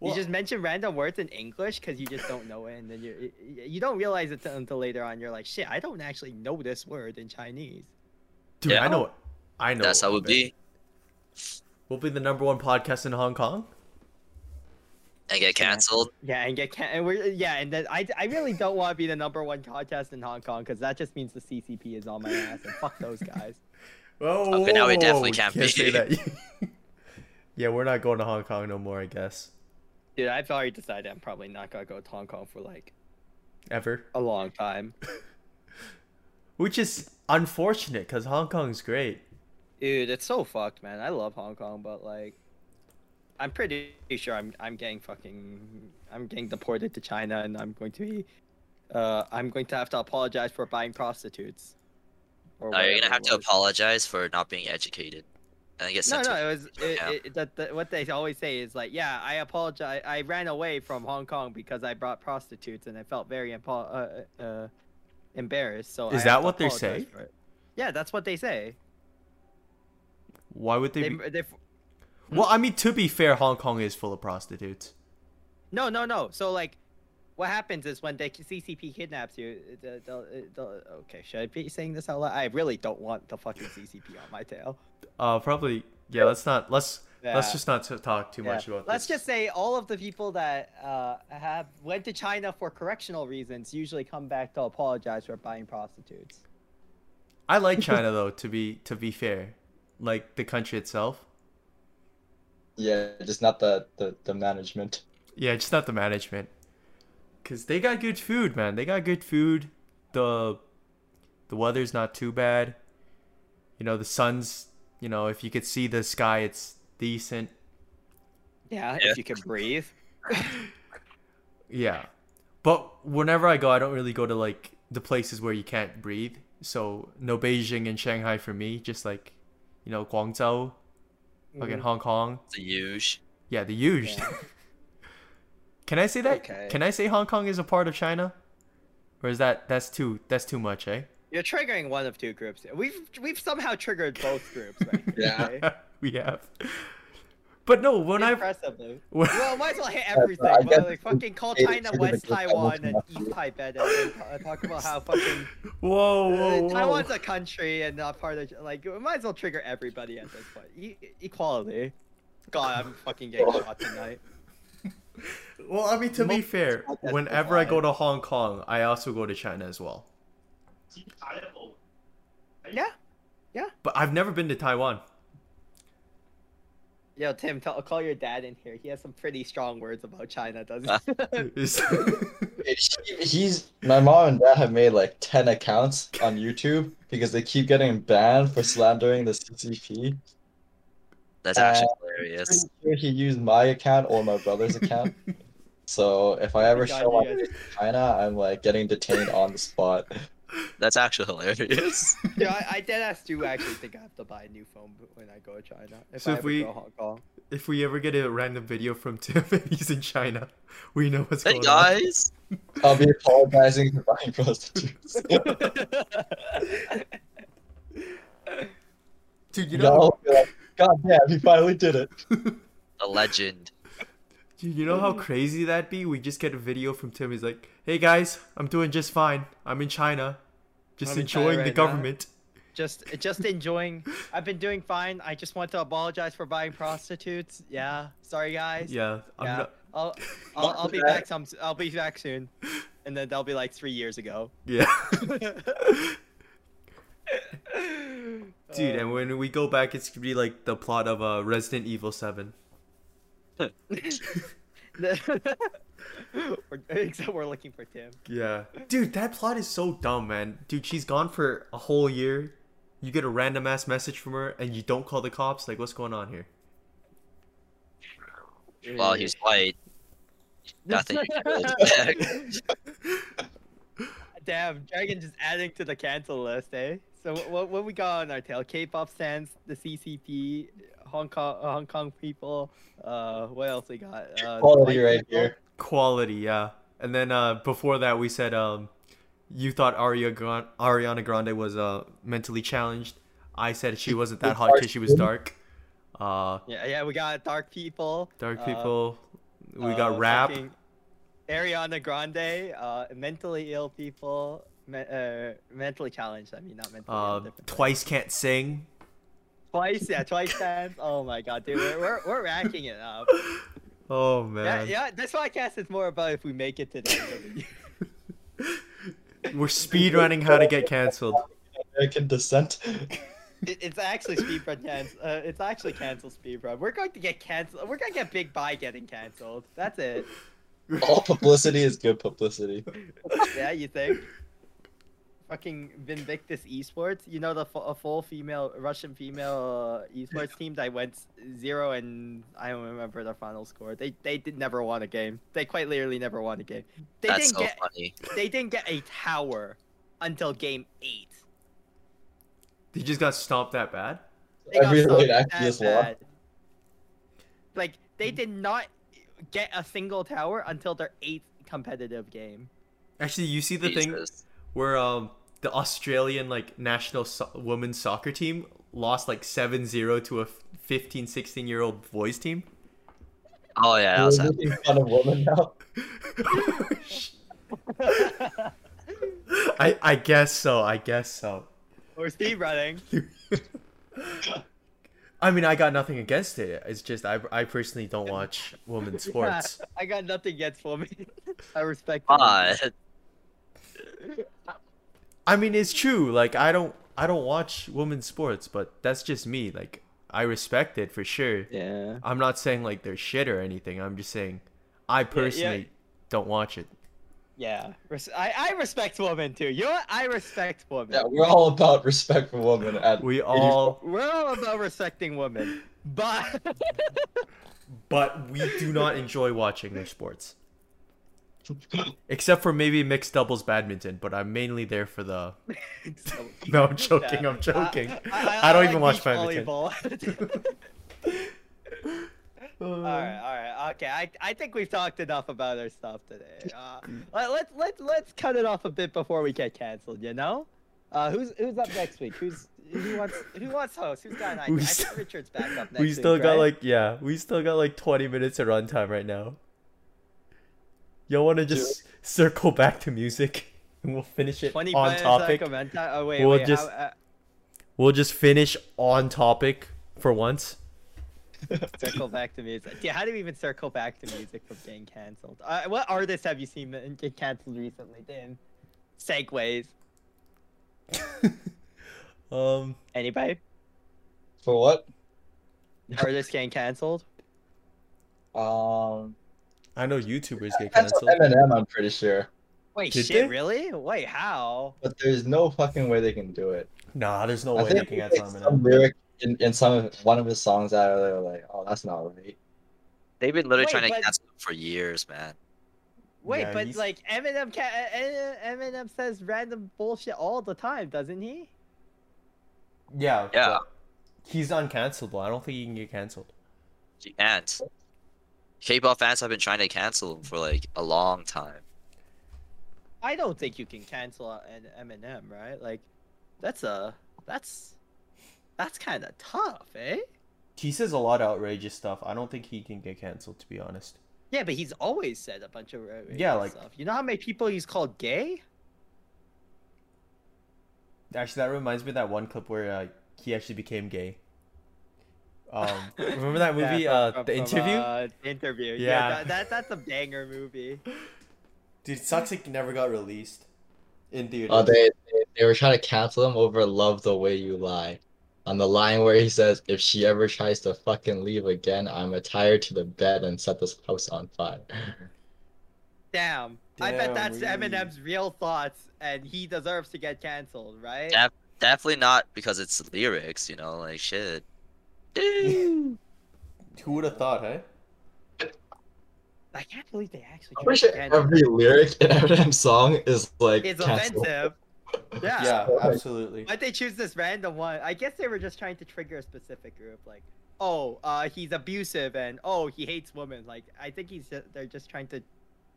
D: you just mention random words in English because you just don't know it, and then you you don't realize it t- until later on. You're like, shit, I don't actually know this word in Chinese.
A: dude,
B: Yeah.
A: I know. I know.
B: That's how it would be.
A: We'll be the number one podcast in Hong Kong.
B: And get cancelled.
D: Yeah, and get can- and we're yeah, and then I, I really don't want to be the number one contest in Hong Kong because that just means the CCP is on my ass and fuck those guys.
A: Whoa,
B: Okay, now we
A: whoa,
B: definitely
A: whoa,
B: can't
A: Oh, you say
B: be.
A: that. yeah, we're not going to Hong Kong no more, I guess.
D: Dude, I've already decided I'm probably not gonna go to Hong Kong for like
A: Ever.
D: a long time.
A: Which is unfortunate because Hong Kong's great.
D: Dude, it's so fucked, man. I love Hong Kong, but like, I'm pretty sure I'm I'm getting fucking I'm getting deported to China, and I'm going to be, uh, I'm going to have to apologize for buying prostitutes. Or
B: Now Oh, you're
D: whatever it
B: gonna have to
D: was.
B: apologize for not being educated. And get
D: No,
B: sent
D: no,
B: to
D: it was it,
B: Yeah.
D: it, that that- what they always say is like, yeah, I apologize. I ran away from Hong Kong because I brought prostitutes, and I felt very impo- uh, uh, embarrassed. So I
A: Is
D: have
A: that
D: to
A: what they
D: apologize
A: say?
D: for it. Yeah, that's what they say.
A: Why would they,
D: They,
A: be?
D: they
A: Well, I mean, to be fair, Hong Kong is full of prostitutes.
D: No, no, no. So like, what happens is when the CCP kidnaps you, uh, they'll, they'll, they'll, okay, should I be saying this out loud? I really don't want the fucking CCP on my tail.
A: Uh, probably. Yeah, let's not. Let's let's
D: Yeah.
A: just not t- talk too much
D: Yeah.
A: about
D: Let's
A: this.
D: just say all of the people that uh, have went to China for correctional reasons usually come back to apologize for buying prostitutes.
A: I like China though. To be to be fair, like the country itself.
C: yeah, just not the, the the management.
A: Yeah, just not the management. Cause they got good food, man. They got good food. The the weather's not too bad. You know, the sun's you know, if you could see the sky it's decent.
D: Yeah,
B: Yeah.
D: if you can breathe.
A: Yeah. But whenever I go I don't really go to like the places where you can't breathe. So no Beijing and Shanghai for me, just like you know,
D: Mm-hmm.
A: Guangzhou, fucking Hong Kong.
B: the huge.
A: Yeah, the huge. Can I say that?
D: Okay.
A: Can I say Hong Kong is a part of China? Or is that that's too that's too much, eh?
D: You're triggering one of two groups. We've we've somehow triggered both groups. Right?
C: Yeah.
D: Okay?
A: we have. But no, when I
D: Impressively.
A: when,
D: Well, might as well hit
C: but
D: everything.
C: I
D: but,
C: guess
D: like, fucking call
C: it-
D: China
C: it should've
D: West
C: been just
D: Taiwan and
C: almost
D: East Tibet and then ta- talk about how fucking
A: whoa, whoa,
D: uh,
A: whoa.
D: Taiwan's a country and not part of like. We might as well trigger everybody at this point. E- equality. God, I'm fucking getting shot tonight.
A: Well, I mean, to be
D: Most-
A: fair,
D: that's
A: whenever I go
D: fine.
A: to Hong Kong, I also go to China as well.
D: Yeah.
A: But I've never been to Taiwan.
D: Yo, Tim, tell, call your dad in here. He has some pretty strong words about China, doesn't he?
A: It's-
C: He's my mom and dad have made like ten accounts on YouTube because they keep getting banned for slandering the CCP.
B: That's
C: Uh,
B: actually hilarious.
C: Pretty sure he used my account or my brother's account. So if I ever
D: God,
C: show up
D: you guys-
C: in China, I'm like getting detained on the spot.
B: That's actually hilarious.
D: Yo, I, I dead ass do actually think I have to buy a new phone when I go to China. If
A: So
D: I
A: if
D: ever
A: we-
D: go to Hong Kong.
A: if we ever get a random video from Tim and he's in China, we know what's
B: Hey
A: going
B: guys,
C: I'll be apologizing for buying prostitutes.
A: on. Dude, you
C: You
A: know,
C: know, be like, God damn, he finally did it.
B: a legend.
A: dude, you know
D: Mm.
A: how crazy that'd be. We just get a video from Tim. He's like, "Hey guys, I'm doing just fine. I'm in China, just
D: I'm in China
A: enjoying the
D: right now."
A: government."
D: just just enjoying I've been doing fine. I just want to apologize for buying prostitutes. Yeah. Sorry guys.
A: Yeah, I'm
D: Yeah.
A: not.
D: I'll, I'll I'll be
C: Mark that.
D: back some I'll be back soon. And then they'll be like 3 years ago.
A: Yeah. Dude,
D: Uh,
A: and when we go back, it's gonna be like the plot of uh, Resident Evil Seven.
D: we're, except we're looking for Tim.
A: Yeah, dude, that plot is so dumb, man. Dude, she's gone for a whole year. You get a random ass message from her, and you don't call the cops. Like, what's going on here?
B: While he's white, nothing you can really detect.
D: Damn, Dragon just adding to the cancel list, eh? So wh- what what we got on our tail? K-pop stands, the CCP, Hong Kong uh, Hong Kong people. Uh, what else we got? Uh, the
C: Quality
D: white
C: right
D: people.
C: here.
A: Quality, yeah. And then uh, before that, we said um, you thought Aria Gran- Ariana Grande was uh, mentally challenged. I said she wasn't that hot because she was dark. Uh,
D: Yeah, yeah, we got dark people.
A: dark
D: uh,
A: people. we
D: uh,
A: got rap.
D: fucking Ariana Grande, uh, mentally ill people, me- uh, mentally challenged. I mean, not mentally ill.
A: Uh,
D: different.
A: twice can't sing.
D: Twice, yeah, twice stands. Oh my god, dude, we're we're, we're racking it up.
A: Oh
D: Yeah,
A: man.
D: yeah, this podcast is more about if we make it to the end of the year.
A: We're speedrunning how to get canceled.
C: American descent.
D: It- It's actually speedrun cancel. Uh, it's actually canceled speedrun. We're going to get canceled. We're going to get Big Buy getting canceled. That's it.
C: All publicity is good publicity.
D: Yeah, you think? Fucking Vindictus Esports. You know the fu- a full female Russian female uh, esports team that went s- zero and I don't remember their final score. They they did never won a game. They quite literally never won a game. They
B: That's
D: didn't
B: so
D: get
B: funny.
D: they didn't get a tower until game eight.
A: They just got stomped that bad.
D: They got
C: Every late
D: stomped
C: act
D: that
C: is law.
D: bad. Like they did not get a single tower until their eighth competitive game.
A: Actually, you see the thing
B: Jesus.
A: where um the Australian like national so- women's soccer team lost like 7-0 to a 15 16 year old boys team.
B: Oh yeah, that
C: We're
B: was happening.
C: making fun of women now.
A: I I guess so. I guess so.
D: Or speedrunning.
A: I mean, I got nothing against it. It's just I I personally don't watch women's sports.
D: Yeah, I got nothing against women. I respect them.
B: But
A: I mean, it's true. Like I don't I don't watch women's sports, but that's just me. Like I respect it for sure.
D: Yeah.
A: I'm not saying like they're shit or anything. I'm just saying I personally don't watch it.
D: Yeah. Res- I, I respect women too. You know what? I respect women.
C: Yeah, we're all about respect for women. At
A: We all,
D: We're all about respecting women. But
A: but we do not enjoy watching their sports, except for maybe mixed doubles badminton. But I'm mainly there for the. No, I'm joking. I'm joking. I, don't even watch badminton.
D: volleyball. All right,
A: Um,
D: all right, okay. I, I think we've talked enough about our stuff today. Uh, let, let's let's let's cut it off a bit before we get canceled. You know, uh, who's who's up next week? Who's who wants who wants host? Who's got an idea?
A: We
D: I
A: still-
D: think Richard's back up next
A: we
D: week,
A: still got
D: right?
A: like yeah, we still got like 20 minutes of runtime right now. Y'all want to just circle back to music and we'll finish it
D: twenty
A: on
D: minutes, uh,
A: topic.
D: commenta- Oh wait,
A: We'll
D: wait.
A: just-
D: how- uh,
A: We'll just finish on topic for once.
D: circle back to music. Yeah, how do we even circle back to music from getting canceled? Uh, what artists have you seen that get canceled recently? Then segues.
A: Um
D: Anybody?
C: For what?
D: Artists getting canceled?
C: Um,
A: I know YouTubers get
C: that's
A: canceled.
C: Eminem, I'm pretty sure.
D: Wait,
A: Did
D: shit,
A: they?
D: really? Wait, how?
C: But there's no fucking way they can do it.
A: Nah, there's no
C: I
A: way they
C: think
A: can
C: there's
A: cancel
C: some
A: Eminem.
C: lyric in, in some of one of his songs that are they're like, oh, that's not right.
B: They've been literally
D: Wait,
B: trying to
D: but-
B: cancel him for years, man.
D: Wait,
A: Yeah,
D: but
A: he's-
D: like Eminem, ca- uh, uh, Eminem says random bullshit all the time, doesn't he?
A: Yeah.
B: Yeah.
A: but He's uncancelable. I don't think he can get canceled.
B: And K-pop fans have been trying to cancel him for like a long time.
D: I don't think you can cancel out an Eminem, right? Like, that's a that's that's kind of tough, eh?
A: He says a lot of outrageous stuff. I don't think he can get canceled to be honest.
D: Yeah, but he's always said a bunch of outrageous
A: Yeah, like-
D: stuff. You know how many people he's called gay?
A: Actually, that reminds me of that one clip where uh, he actually became gay. Um, remember that
D: Yeah,
A: movie,
D: from-
A: uh,
D: from-
A: The
D: from,
A: Interview?
D: uh, The interview. Yeah,
A: Yeah.
D: that, that that's a banger movie.
A: Dude, it sucks it never got released in theaters.
C: Oh, they, they they were trying to cancel him over "Love the Way You Lie," on the line where he says, "If she ever tries to fucking leave again, I'm attired to the bed and set this house on fire."
D: Damn. I
A: Damn,
D: bet that's
A: really.
D: Eminem's real thoughts, and he deserves to get canceled, right?
B: Def- definitely not because it's lyrics, you know, like shit.
A: Who would have thought, hey?
D: I can't believe they actually.
C: I'm
D: tried
C: pretty
D: to
C: sure
D: cancel him.
C: every lyric in Eminem's song is like
D: It's
C: canceled.
D: offensive. Yeah.
A: Yeah,
C: Yeah.
A: absolutely.
D: Why'd they choose this random one? I guess they were just trying to trigger a specific group, like, oh, uh, he's abusive, and oh, he hates women. Like, I think he's ju- they're just trying to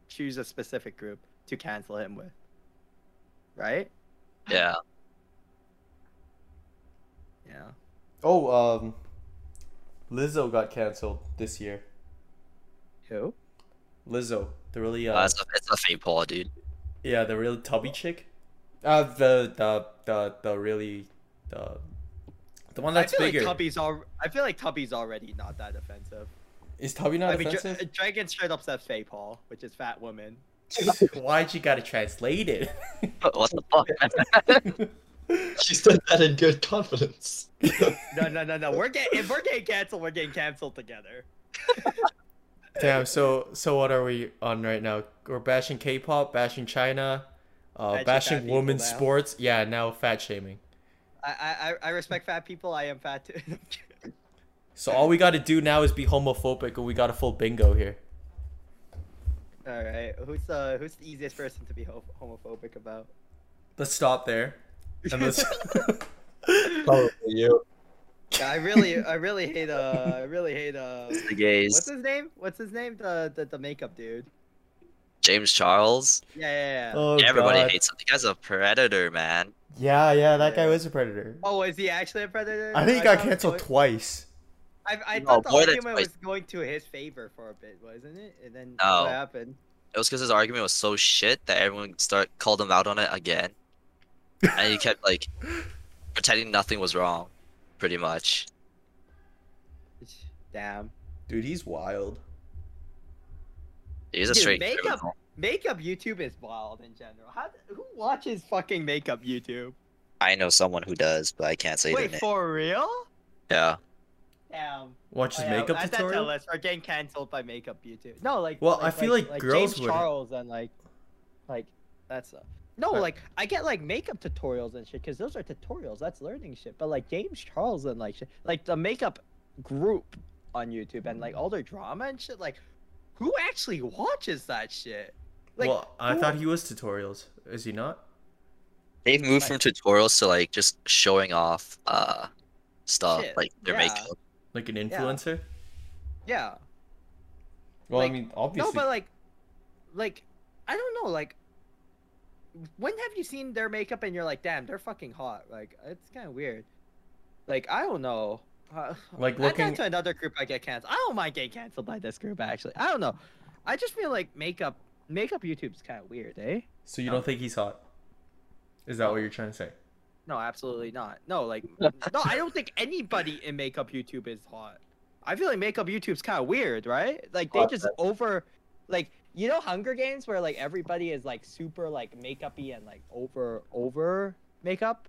D: choose a specific group to cancel him with, right?
B: Yeah.
D: Yeah.
A: Oh, um, Lizzo got canceled this year.
D: Who?
A: Lizzo, the really,
B: Uh,
A: uh,
B: it's, a, it's a fake Paul, dude.
A: yeah, the real tubby chick. Uh, the, the, the, the really, the, the one that's
D: I feel
A: bigger.
D: like Tubby's al- I feel like Tubby's already not that offensive.
A: Is tubby not
D: I mean,
A: offensive?
D: Dra- Dragon straight up says Faye Paul, which is fat woman.
A: Why'd you gotta translate it?
B: What the fuck?
C: She said that in good confidence.
D: No, no, no, no. We're getting if we're getting canceled, we're getting canceled together.
A: Damn. So so what are we on right now? We're bashing K-pop, bashing China, uh,
D: Bashing fat
A: bashing
D: people
A: women's
D: now.
A: sports. Yeah, now fat shaming.
D: I I, I- I respect fat people. I am fat too.
A: So all we got to do now is be homophobic, and we got a full bingo here.
D: All right, who's the who's the easiest person to be ho- homophobic about?
A: Let's stop there. And let's...
C: Probably you.
D: Yeah, I really, I really hate uh, I really hate uh,
B: the
D: what's
B: gays.
D: his name? What's his name? The the, the makeup dude.
B: James Charles.
D: Yeah, yeah, yeah.
A: oh,
B: Everybody
A: God.
B: hates him. The guy's a predator, man.
A: Yeah, yeah, that guy was a predator.
D: Oh, is he actually a predator?
A: I think he got
D: thought it was
A: canceled
D: going-
A: twice.
D: I, I
B: No,
D: thought the
B: more than
D: argument
B: twice.
D: was going to his favor for a bit, wasn't it? And then
B: No.
D: what happened?
B: It was because his argument was so shit that everyone start called him out on it again, and he kept like pretending nothing was wrong, pretty much.
D: Damn.
A: Dude, he's wild.
B: He's a
D: Dude,
B: straight
D: makeup-
B: criminal.
D: Makeup YouTube is wild in general. How, who watches fucking makeup YouTube?
B: I know someone who does, but I can't say their
D: Wait,
B: name.
D: for real?
B: Yeah.
D: Damn.
A: Watch
D: Oh,
A: his
D: yeah,
A: makeup
D: that-
A: tutorial.
D: That's our list. Are getting canceled by makeup YouTube. No, like.
A: Well, I feel like girls
D: James
A: would.
D: Charles and like, like that's a. No,
A: Right.
D: like I get like makeup tutorials and shit because those are tutorials. That's learning shit. But like James Charles and like shit, like the makeup group on YouTube and like all their drama and shit. Like, who actually watches that shit? Like,
A: well, I
D: who-
A: thought he was tutorials. Is he not?
B: They've moved
D: Like-
B: from tutorials to like just showing off uh stuff
D: Shit,
B: like their
D: yeah.
B: makeup.
A: Like an influencer?
D: Yeah.
A: Well,
D: Like,
A: I mean,
D: No,
A: obviously,
D: but like, like, I don't know. Like, when have you seen their makeup and you're like, damn, they're fucking hot. Like, it's kind of weird. Like, I don't know. Uh,
A: Like,
D: I'd
A: looking-
D: not to another group, I get canceled. I don't mind getting canceled by this group actually. I don't know. I just feel like makeup, makeup YouTube's kind of weird, eh?
A: so you don't think he's hot? Is that what you're trying to say?
D: No, absolutely not. No, like, no, I don't think anybody in makeup YouTube is hot. I feel like makeup YouTube's kind of weird, right? Like they
C: Hot,
D: just
C: right?
D: over, like you know Hunger Games where like everybody is like super like makeupy and like over over makeup.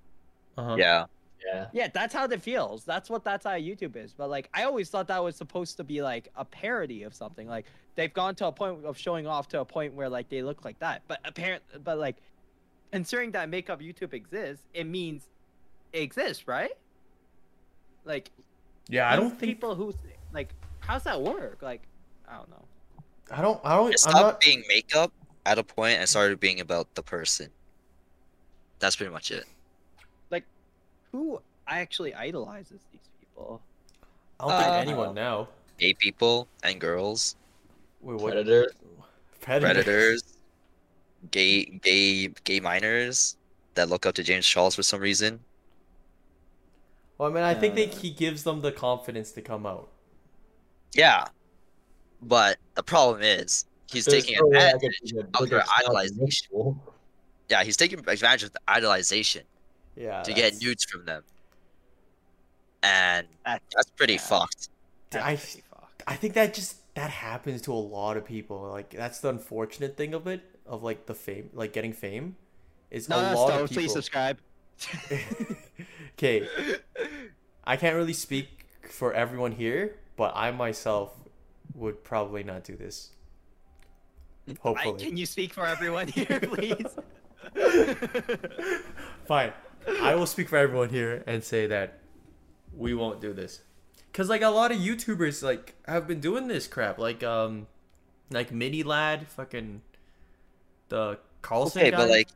A: Uh-huh.
B: Yeah.
C: Yeah.
D: Yeah, that's how it feels. That's what that's how YouTube is. But like I always thought that was supposed to be like a parody of something. Like they've gone to a point of showing off to a point where like they look like that. But apparent but like considering that makeup YouTube exists, it means it exists, right? Like
A: Yeah, I
D: these
A: don't think
D: people who like how's that work? Like I don't know.
A: I don't. I don't.
B: It
A: I'm
B: stopped
A: not.
B: being makeup at a point and started being about the person. That's pretty much it.
D: Who actually idolizes these people?
A: I don't think
D: Uh,
A: anyone now.
B: Gay people and girls,
A: Wait, what?
C: Predator.
B: predators, gay gay gay minors that look up to James Charles for some reason.
A: Well, I mean, I think they,
C: Uh,
A: he gives them the confidence to come out.
B: Yeah. But the problem is he's
C: There's
B: taking
C: no way I
B: advantage.
C: could be a
B: of
C: bigger
B: their
C: snob than
B: idolization.
C: this fool.
B: Yeah, he's taking advantage of the idolization
A: Yeah.
B: to get
A: that's-
B: nudes from them. And
D: That's
B: that's pretty
D: Yeah.
B: fucked.
A: I-
D: that's pretty fucked.
A: I think that just that happens to a lot of people. Like that's the unfortunate thing of it, of like the fame, like getting fame, is
D: No,
A: a
D: no,
A: lot
D: Stone,
A: of people.
D: please subscribe.
A: okay, I can't really speak for everyone here, but I myself would probably not do this.
D: I,
A: Hopefully,
D: can you speak for everyone here, please?
A: fine. I will speak for everyone here and say that we won't do this, cause like a lot of YouTubers like have been doing this crap, like um, like Mini Lad, fucking the Carlson
B: Okay,
A: guy.
B: but like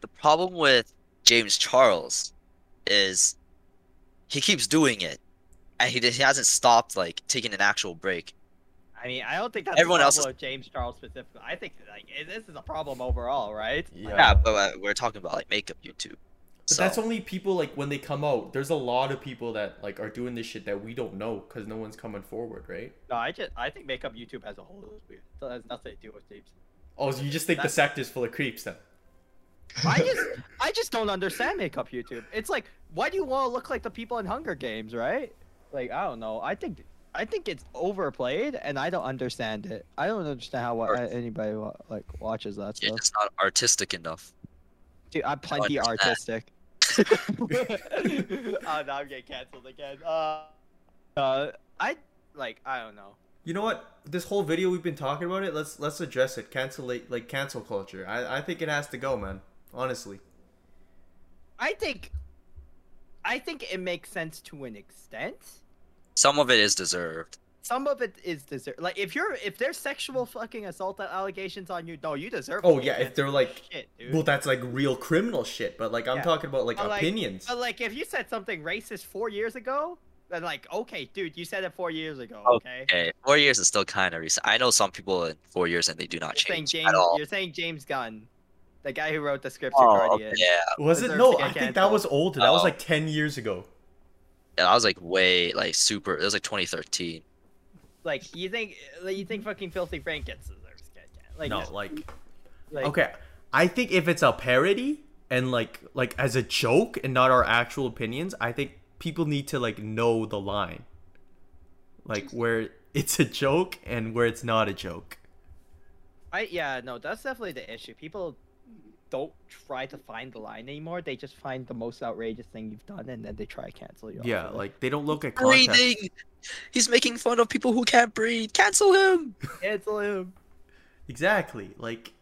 B: the problem with James Charles is he keeps doing it, and he, he hasn't stopped like taking an actual break.
D: I mean, I don't think that's
B: Everyone
D: a
B: else
D: problem with James Charles specifically. I think like it- this is a problem overall, right?
A: yeah.
B: Yeah, but uh, we're talking about like makeup YouTube.
A: But
B: so
A: that's only people like when they come out. There's a lot of people that like are doing this shit that we don't know because no one's coming forward, right?
D: No, I just I think makeup YouTube as a whole is weird. So has nothing to do with James.
A: Oh, so you just think the
D: That's-
A: sector's full of creeps then?
D: I just I just don't understand makeup YouTube. It's like why do you want to look like the people in Hunger Games, right? Like I don't know. I think I think it's overplayed, and I don't understand it. I don't understand how wa-
B: Sure.
D: anybody wa- like watches that
B: you're
D: stuff.
B: just not artistic enough.
D: Dude,
B: Oh,
D: I'm plenty
B: Understand.
D: artistic. oh, now I'm getting canceled again. Uh, uh, I like I don't know.
A: You know what? This whole video we've been talking about it. Let's let's address it. Cancel like cancel culture. I I think it has to go, man. Honestly.
D: I think, I think it makes sense to an extent.
B: Some of it is deserved.
D: Some of it is deserved. Like if you're if there's sexual fucking assault allegations on you, no, you deserve.
A: Oh
D: to be
A: yeah, if
D: canceled.
A: they're like,
D: shit, dude.
A: well, that's like real criminal shit. But like, I'm
D: Yeah.
A: talking about like
D: But, like-
A: opinions.
D: But like, if you said something racist four years ago, then like, okay, dude, you said it four years ago.
B: Oh,
D: Okay.
B: Okay, four years is still kind of recent. I know some people in four years and they do not
D: You're saying
B: change
D: James.
B: at all.
D: You're saying James Gunn, the guy who wrote the script to
B: Oh,
D: Guardian.
B: okay, yeah,
A: was it
D: deserves
A: no?
D: to get
A: I think that
D: canceled.
A: was older. That was
B: Oh.
A: like ten years ago.
B: yeah. I was like way like super. It was like 2013.
D: Like you think like, you think fucking Filthy Frank gets deserves to get can- like
A: No, like
D: like
A: okay i think if it's a parody and like like as a joke and not our actual opinions i think people need to like know the line like where it's a joke and where it's not a joke
D: I yeah no that's definitely the issue. People don't try to find the line anymore. They just find the most outrageous thing you've done and then they try to cancel you. off
A: yeah
D: of it.
A: like they don't look at context
B: Breathing. He's making fun of people who can't breathe. Cancel him.
D: cancel him.
A: exactly like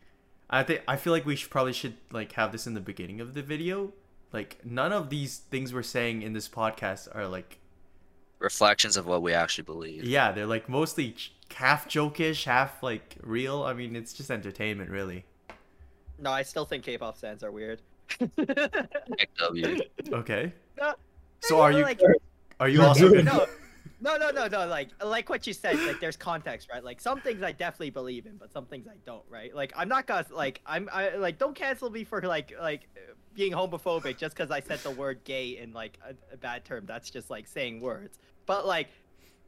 A: i think i feel like we should probably should like have this in the beginning of the video like none of these things we're saying in this podcast are like
B: reflections of what we actually believe.
A: yeah they're like mostly ch- half jokish half like real i mean it's just entertainment really
D: No, I still think K-pop stands are weird.
B: XW.
A: Okay.
D: No,
A: So are
D: they're
A: you
D: like-
A: are you also
C: Dude.
A: gonna
D: no No, no, no, no. Like, like what you said. Like, there's context, right? Like, some things I definitely believe in, but some things I don't, right? Like, I'm not gonna like, I'm, I like, don't cancel me for like, like, uh, being homophobic just because I said the word gay in like a, a bad term. That's just like saying words. But like,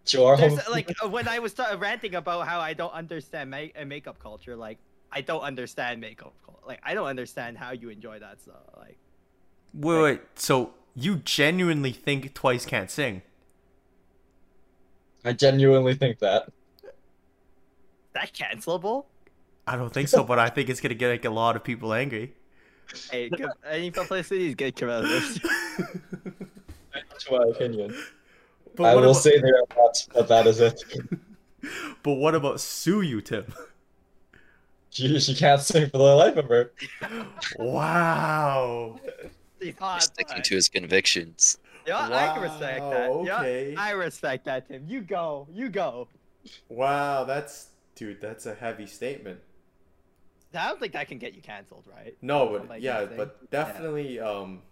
C: Sure.
D: there's like uh, when I was ta- ranting about how I don't understand ma- uh, makeup culture, like, I don't understand makeup. cul- Like, I don't understand how you enjoy that stuff. Like,
A: Wait, wait. So you genuinely think Twice can't sing?
C: I genuinely think that.
D: that cancelable?
A: I don't think so, but I think it's gonna get like a lot of people angry.
D: Hey, co- any publicity is good, come out of this.
C: That's my opinion.
A: But
C: I
A: what
C: will
A: about,
C: say there are lots, but that is it.
A: But what about sue you, Tim?
C: She, she can't sing for the life of her.
A: Wow.
D: He's hot,
B: sticking
D: but-
B: to his convictions.
D: Yeah, I can respect that.
A: Wow, okay.
D: Yeah, I respect that, Tim. You go. You go.
A: Wow, that's dude, that's a heavy statement.
D: I don't think that can get you canceled, right?
A: No,
D: but- Something yeah, missing. but
A: definitely um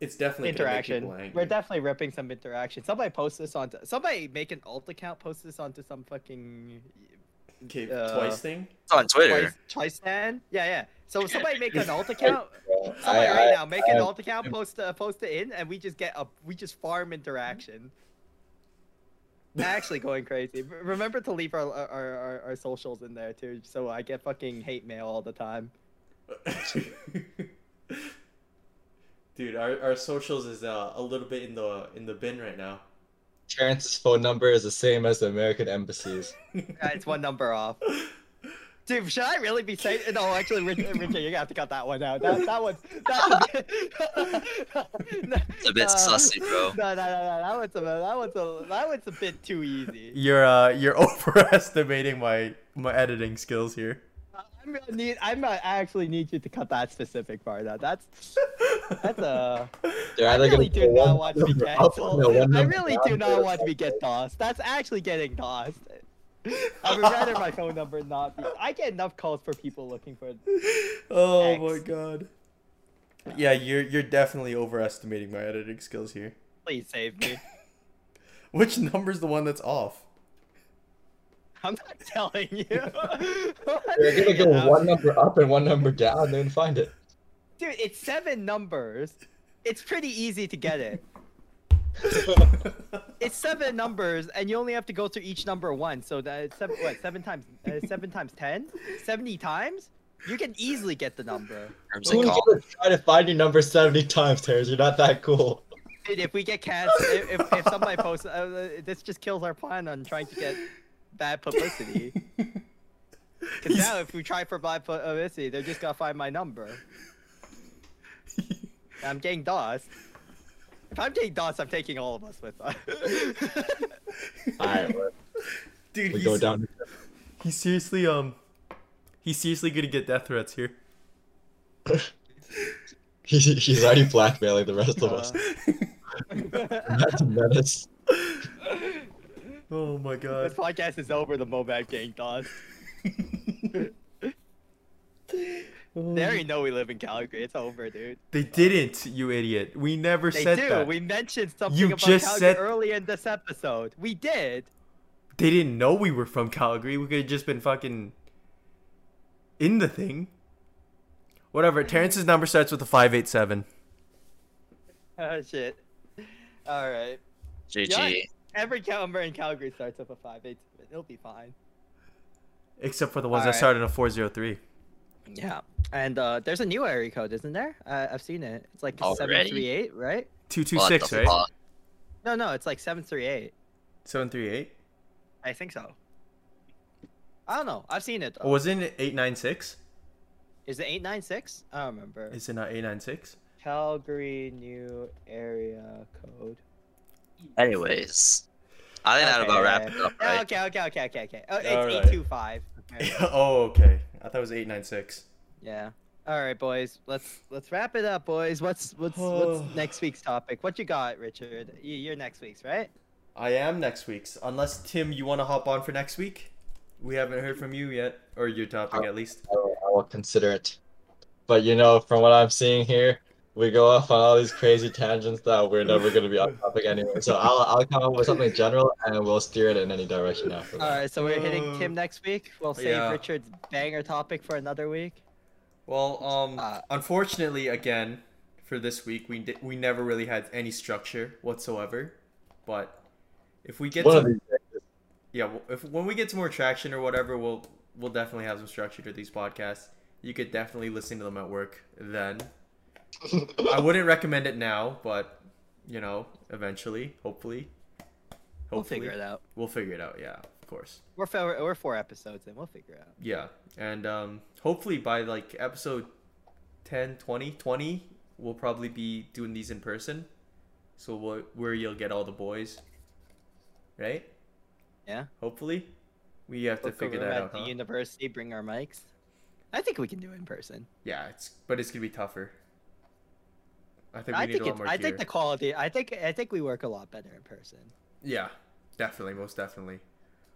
A: it's definitely
D: interaction. We're definitely ripping some interaction. Somebody post this onto. Somebody make an alt account. Post this onto some fucking
A: Okay,
D: Uh, Twice
A: thing.
B: It's on Twitter.
D: twice, twice fan. Yeah, yeah. So somebody make an alt account.
C: Yeah,
D: Somebody right
C: I-
D: now make an
C: I-
D: alt account. Post uh, post it in, and we just get a we just farm interaction. Actually, going crazy. R- Remember to leave our our, our our socials in there too, so I get fucking hate mail all the time.
A: Dude, our, our socials is uh, a little bit in the in the bin right now.
C: Terrence's phone number is the same as the American embassy's.
D: Yeah, it's one number off. Dude, should I really be saying? No, actually, Rich, uh, Richard, you're gonna have to cut that one out. That, that one, that's a bit.
B: a bit
D: Uh,
B: sussy, bro.
D: No, no, no, no. That one's a, that one's a, that one's a bit too easy.
A: You're uh you're overestimating my my editing skills here.
D: I'm gonna need, I'm gonna actually need you to cut that specific part out. That's, that's uh, a.
C: They're
D: I
C: either
D: really do
C: gonna go
D: not
C: one
D: want to be
C: number up
D: canceled.
C: or one
D: I
C: number
D: really
C: down
D: do
C: or
D: not want to be
C: something.
D: get tossed. That's actually getting tossed. I would rather my phone number not be. I get enough calls for people looking for
A: Oh
D: X.
A: my god. Yeah, you're you're definitely overestimating my editing skills here.
D: Please save me.
A: Which number's the one that's off?
D: I'm not telling you.
C: They're gonna
D: You know?
C: go one number up and one number down, then find it.
D: Dude, it's seven numbers. It's pretty easy to get it. It's seven numbers, and you only have to go through each number once. So that's seven, what, seven times, uh, seven times ten? 70 times? You can easily get the number.
B: Terms
C: Who's
B: and call.
C: gonna try to find your number 70 times, Terrence? You're not that cool.
D: Dude, if we get cats, if, if, if somebody posts, uh, uh, this just kills our plan on trying to get bad publicity. Because now, if we try for bad pu- publicity, they're just gonna find my number. I'm getting DOS. If I'm getting DOS, I'm taking all of us with us.
C: Alright, well,
A: Dude,
C: we
A: he's,
C: go down.
A: he's seriously um he's seriously gonna get death threats here.
C: He's, he's already blackmailing the rest of us.
D: Uh,
C: That's a menace.
A: Oh my
D: this
A: god.
D: podcast is over the moment I'm getting DOS. They already know we live in Calgary. It's over, dude.
A: They didn't, you idiot. We never
D: They
A: said
D: do.
A: that.
D: We mentioned something
A: You
D: about
A: just
D: Calgary
A: said-
D: early in this episode. We did.
A: They didn't know we were from Calgary. We could have just been fucking in the thing. Whatever. Terrence's number starts with a five eight seven.
D: Oh shit. All right.
B: GG.
D: Every number in Calgary starts with a five eight. It'll be fine.
A: Except for the ones that
D: Alright.
A: started in a four zero three.
D: Yeah. And uh, there's a new area code, isn't there? Uh, I've seen it. It's like
B: Already?
D: seven three eight, right?
A: Two two
B: What
A: six,
B: the
A: right?
B: fuck?
D: No, no, it's like seven three eight.
A: Seven three eight?
D: I think so. I don't know. I've seen it.
A: Or wasn't it eight nine six?
D: Is it eight nine six? I don't remember.
A: Is it not eight nine six?
D: Calgary new area code.
B: Anyways, I think that about wraps it up,
D: Yeah,
B: right?
D: Okay, okay, okay, okay, okay. Oh, it's
A: Alright.
D: eight two five. Okay.
A: oh, okay. I thought it was eight nine six.
D: Yeah. All right, boys. Let's let's wrap it up, boys. What's what's what's next week's topic? What you got, Richard? You, you're next week's, right?
A: I am next week's. Unless Tim, you want to hop on for next week? We haven't heard from you yet,
C: Uh,
A: or your topic at least.
C: I will, I will consider it. But you know, from what I'm seeing here, we go off on all these crazy tangents that we're never going to be on topic anyway. So I'll, I'll come up with something general and we'll steer it in any direction after
D: All
C: that.
D: right, so we're hitting
A: Uh,
D: Tim next week. We'll save
A: yeah.
D: Richard's banger topic for another week.
A: Well, um,
D: Uh,
A: unfortunately, again, for this week, we di- we never really had any structure whatsoever. But if we get
C: One of
A: some,
C: these days.
A: yeah, w- if when we get some more traction or whatever, we'll we'll definitely have some structure to these podcasts. You could definitely listen to them at work then. I wouldn't recommend it now, but you know, eventually, hopefully, hopefully,
D: We'll figure it out.
A: We'll figure it out. Yeah, of course.
D: We're four, we're four episodes in. We'll figure it out.
A: Yeah, and um, hopefully by like episode 10, 20, 20, we'll probably be doing these in person. So wh- where you'll get all the boys, right?
D: Yeah.
A: Hopefully, we have to
D: Book a
A: figure
D: room
A: that
D: at
A: out.
D: the
A: huh?
D: university. Bring our mics. I think we can do it in person.
A: yeah, it's but it's gonna be tougher. I think we
D: I
A: need
D: think
A: a lot
D: it's,
A: more
D: I
A: gear.
D: think the quality. I think I think we work a lot better in person.
A: Yeah, definitely, most definitely.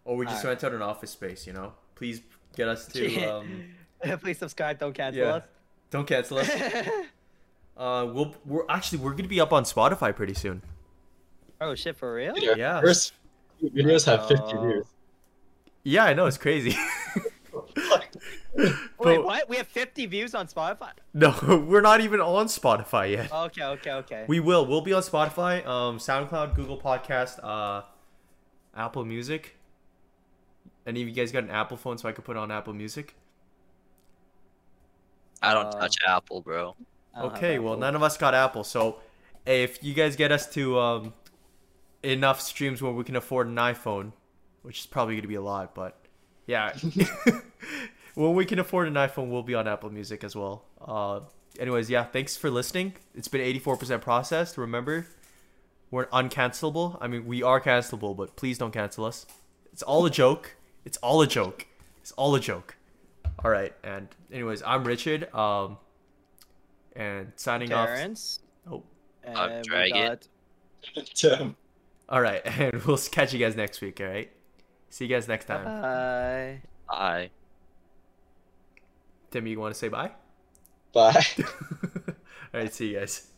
A: Or we just
D: Alright.
A: rent out an office space, you know? Please get us to. Um,
D: Please subscribe. Don't cancel
A: yeah, don't cancel us.
D: us.
A: Uh, we'll, we're actually we're gonna be up on Spotify pretty soon.
D: oh shit, for real?
C: Video-
A: Yeah.
C: First few videos have 50
D: Uh,
C: views.
A: Yeah, I know it's crazy.
D: Wait,
A: But-
D: what? We have 50 views on Spotify.
A: no, we're not even on Spotify yet.
D: Okay, okay, okay.
A: We will. We'll be on Spotify, um, SoundCloud, Google Podcast, uh, Apple Music. Any of you guys got an Apple phone so I could put on Apple Music?
B: I don't
D: Uh,
B: touch Apple, bro.
D: I don't have
A: okay, well
D: Apple.
A: none of us got Apple, so if you guys get us to um, enough streams where we can afford an iPhone, which is probably going to be a lot, but yeah, when we can afford an iPhone, we'll be on Apple Music as well. Uh, anyways, yeah, thanks for listening. It's been eighty four percent processed. Remember, we're uncancelable. I mean, we are cancelable, but please don't cancel us. It's all a joke. It's all a joke. It's all a joke. All right, and anyways, I'm Richard. Um, and signing
D: Terrence.
A: off. Oh,
D: And
B: I'm
D: we
B: Dragon.
D: got-
C: Tim.
A: all right, and we'll catch you guys next week. All right, see you guys next time.
D: Bye.
B: Bye.
A: Tim, you want to say bye?
C: Bye.
A: all right, see you guys.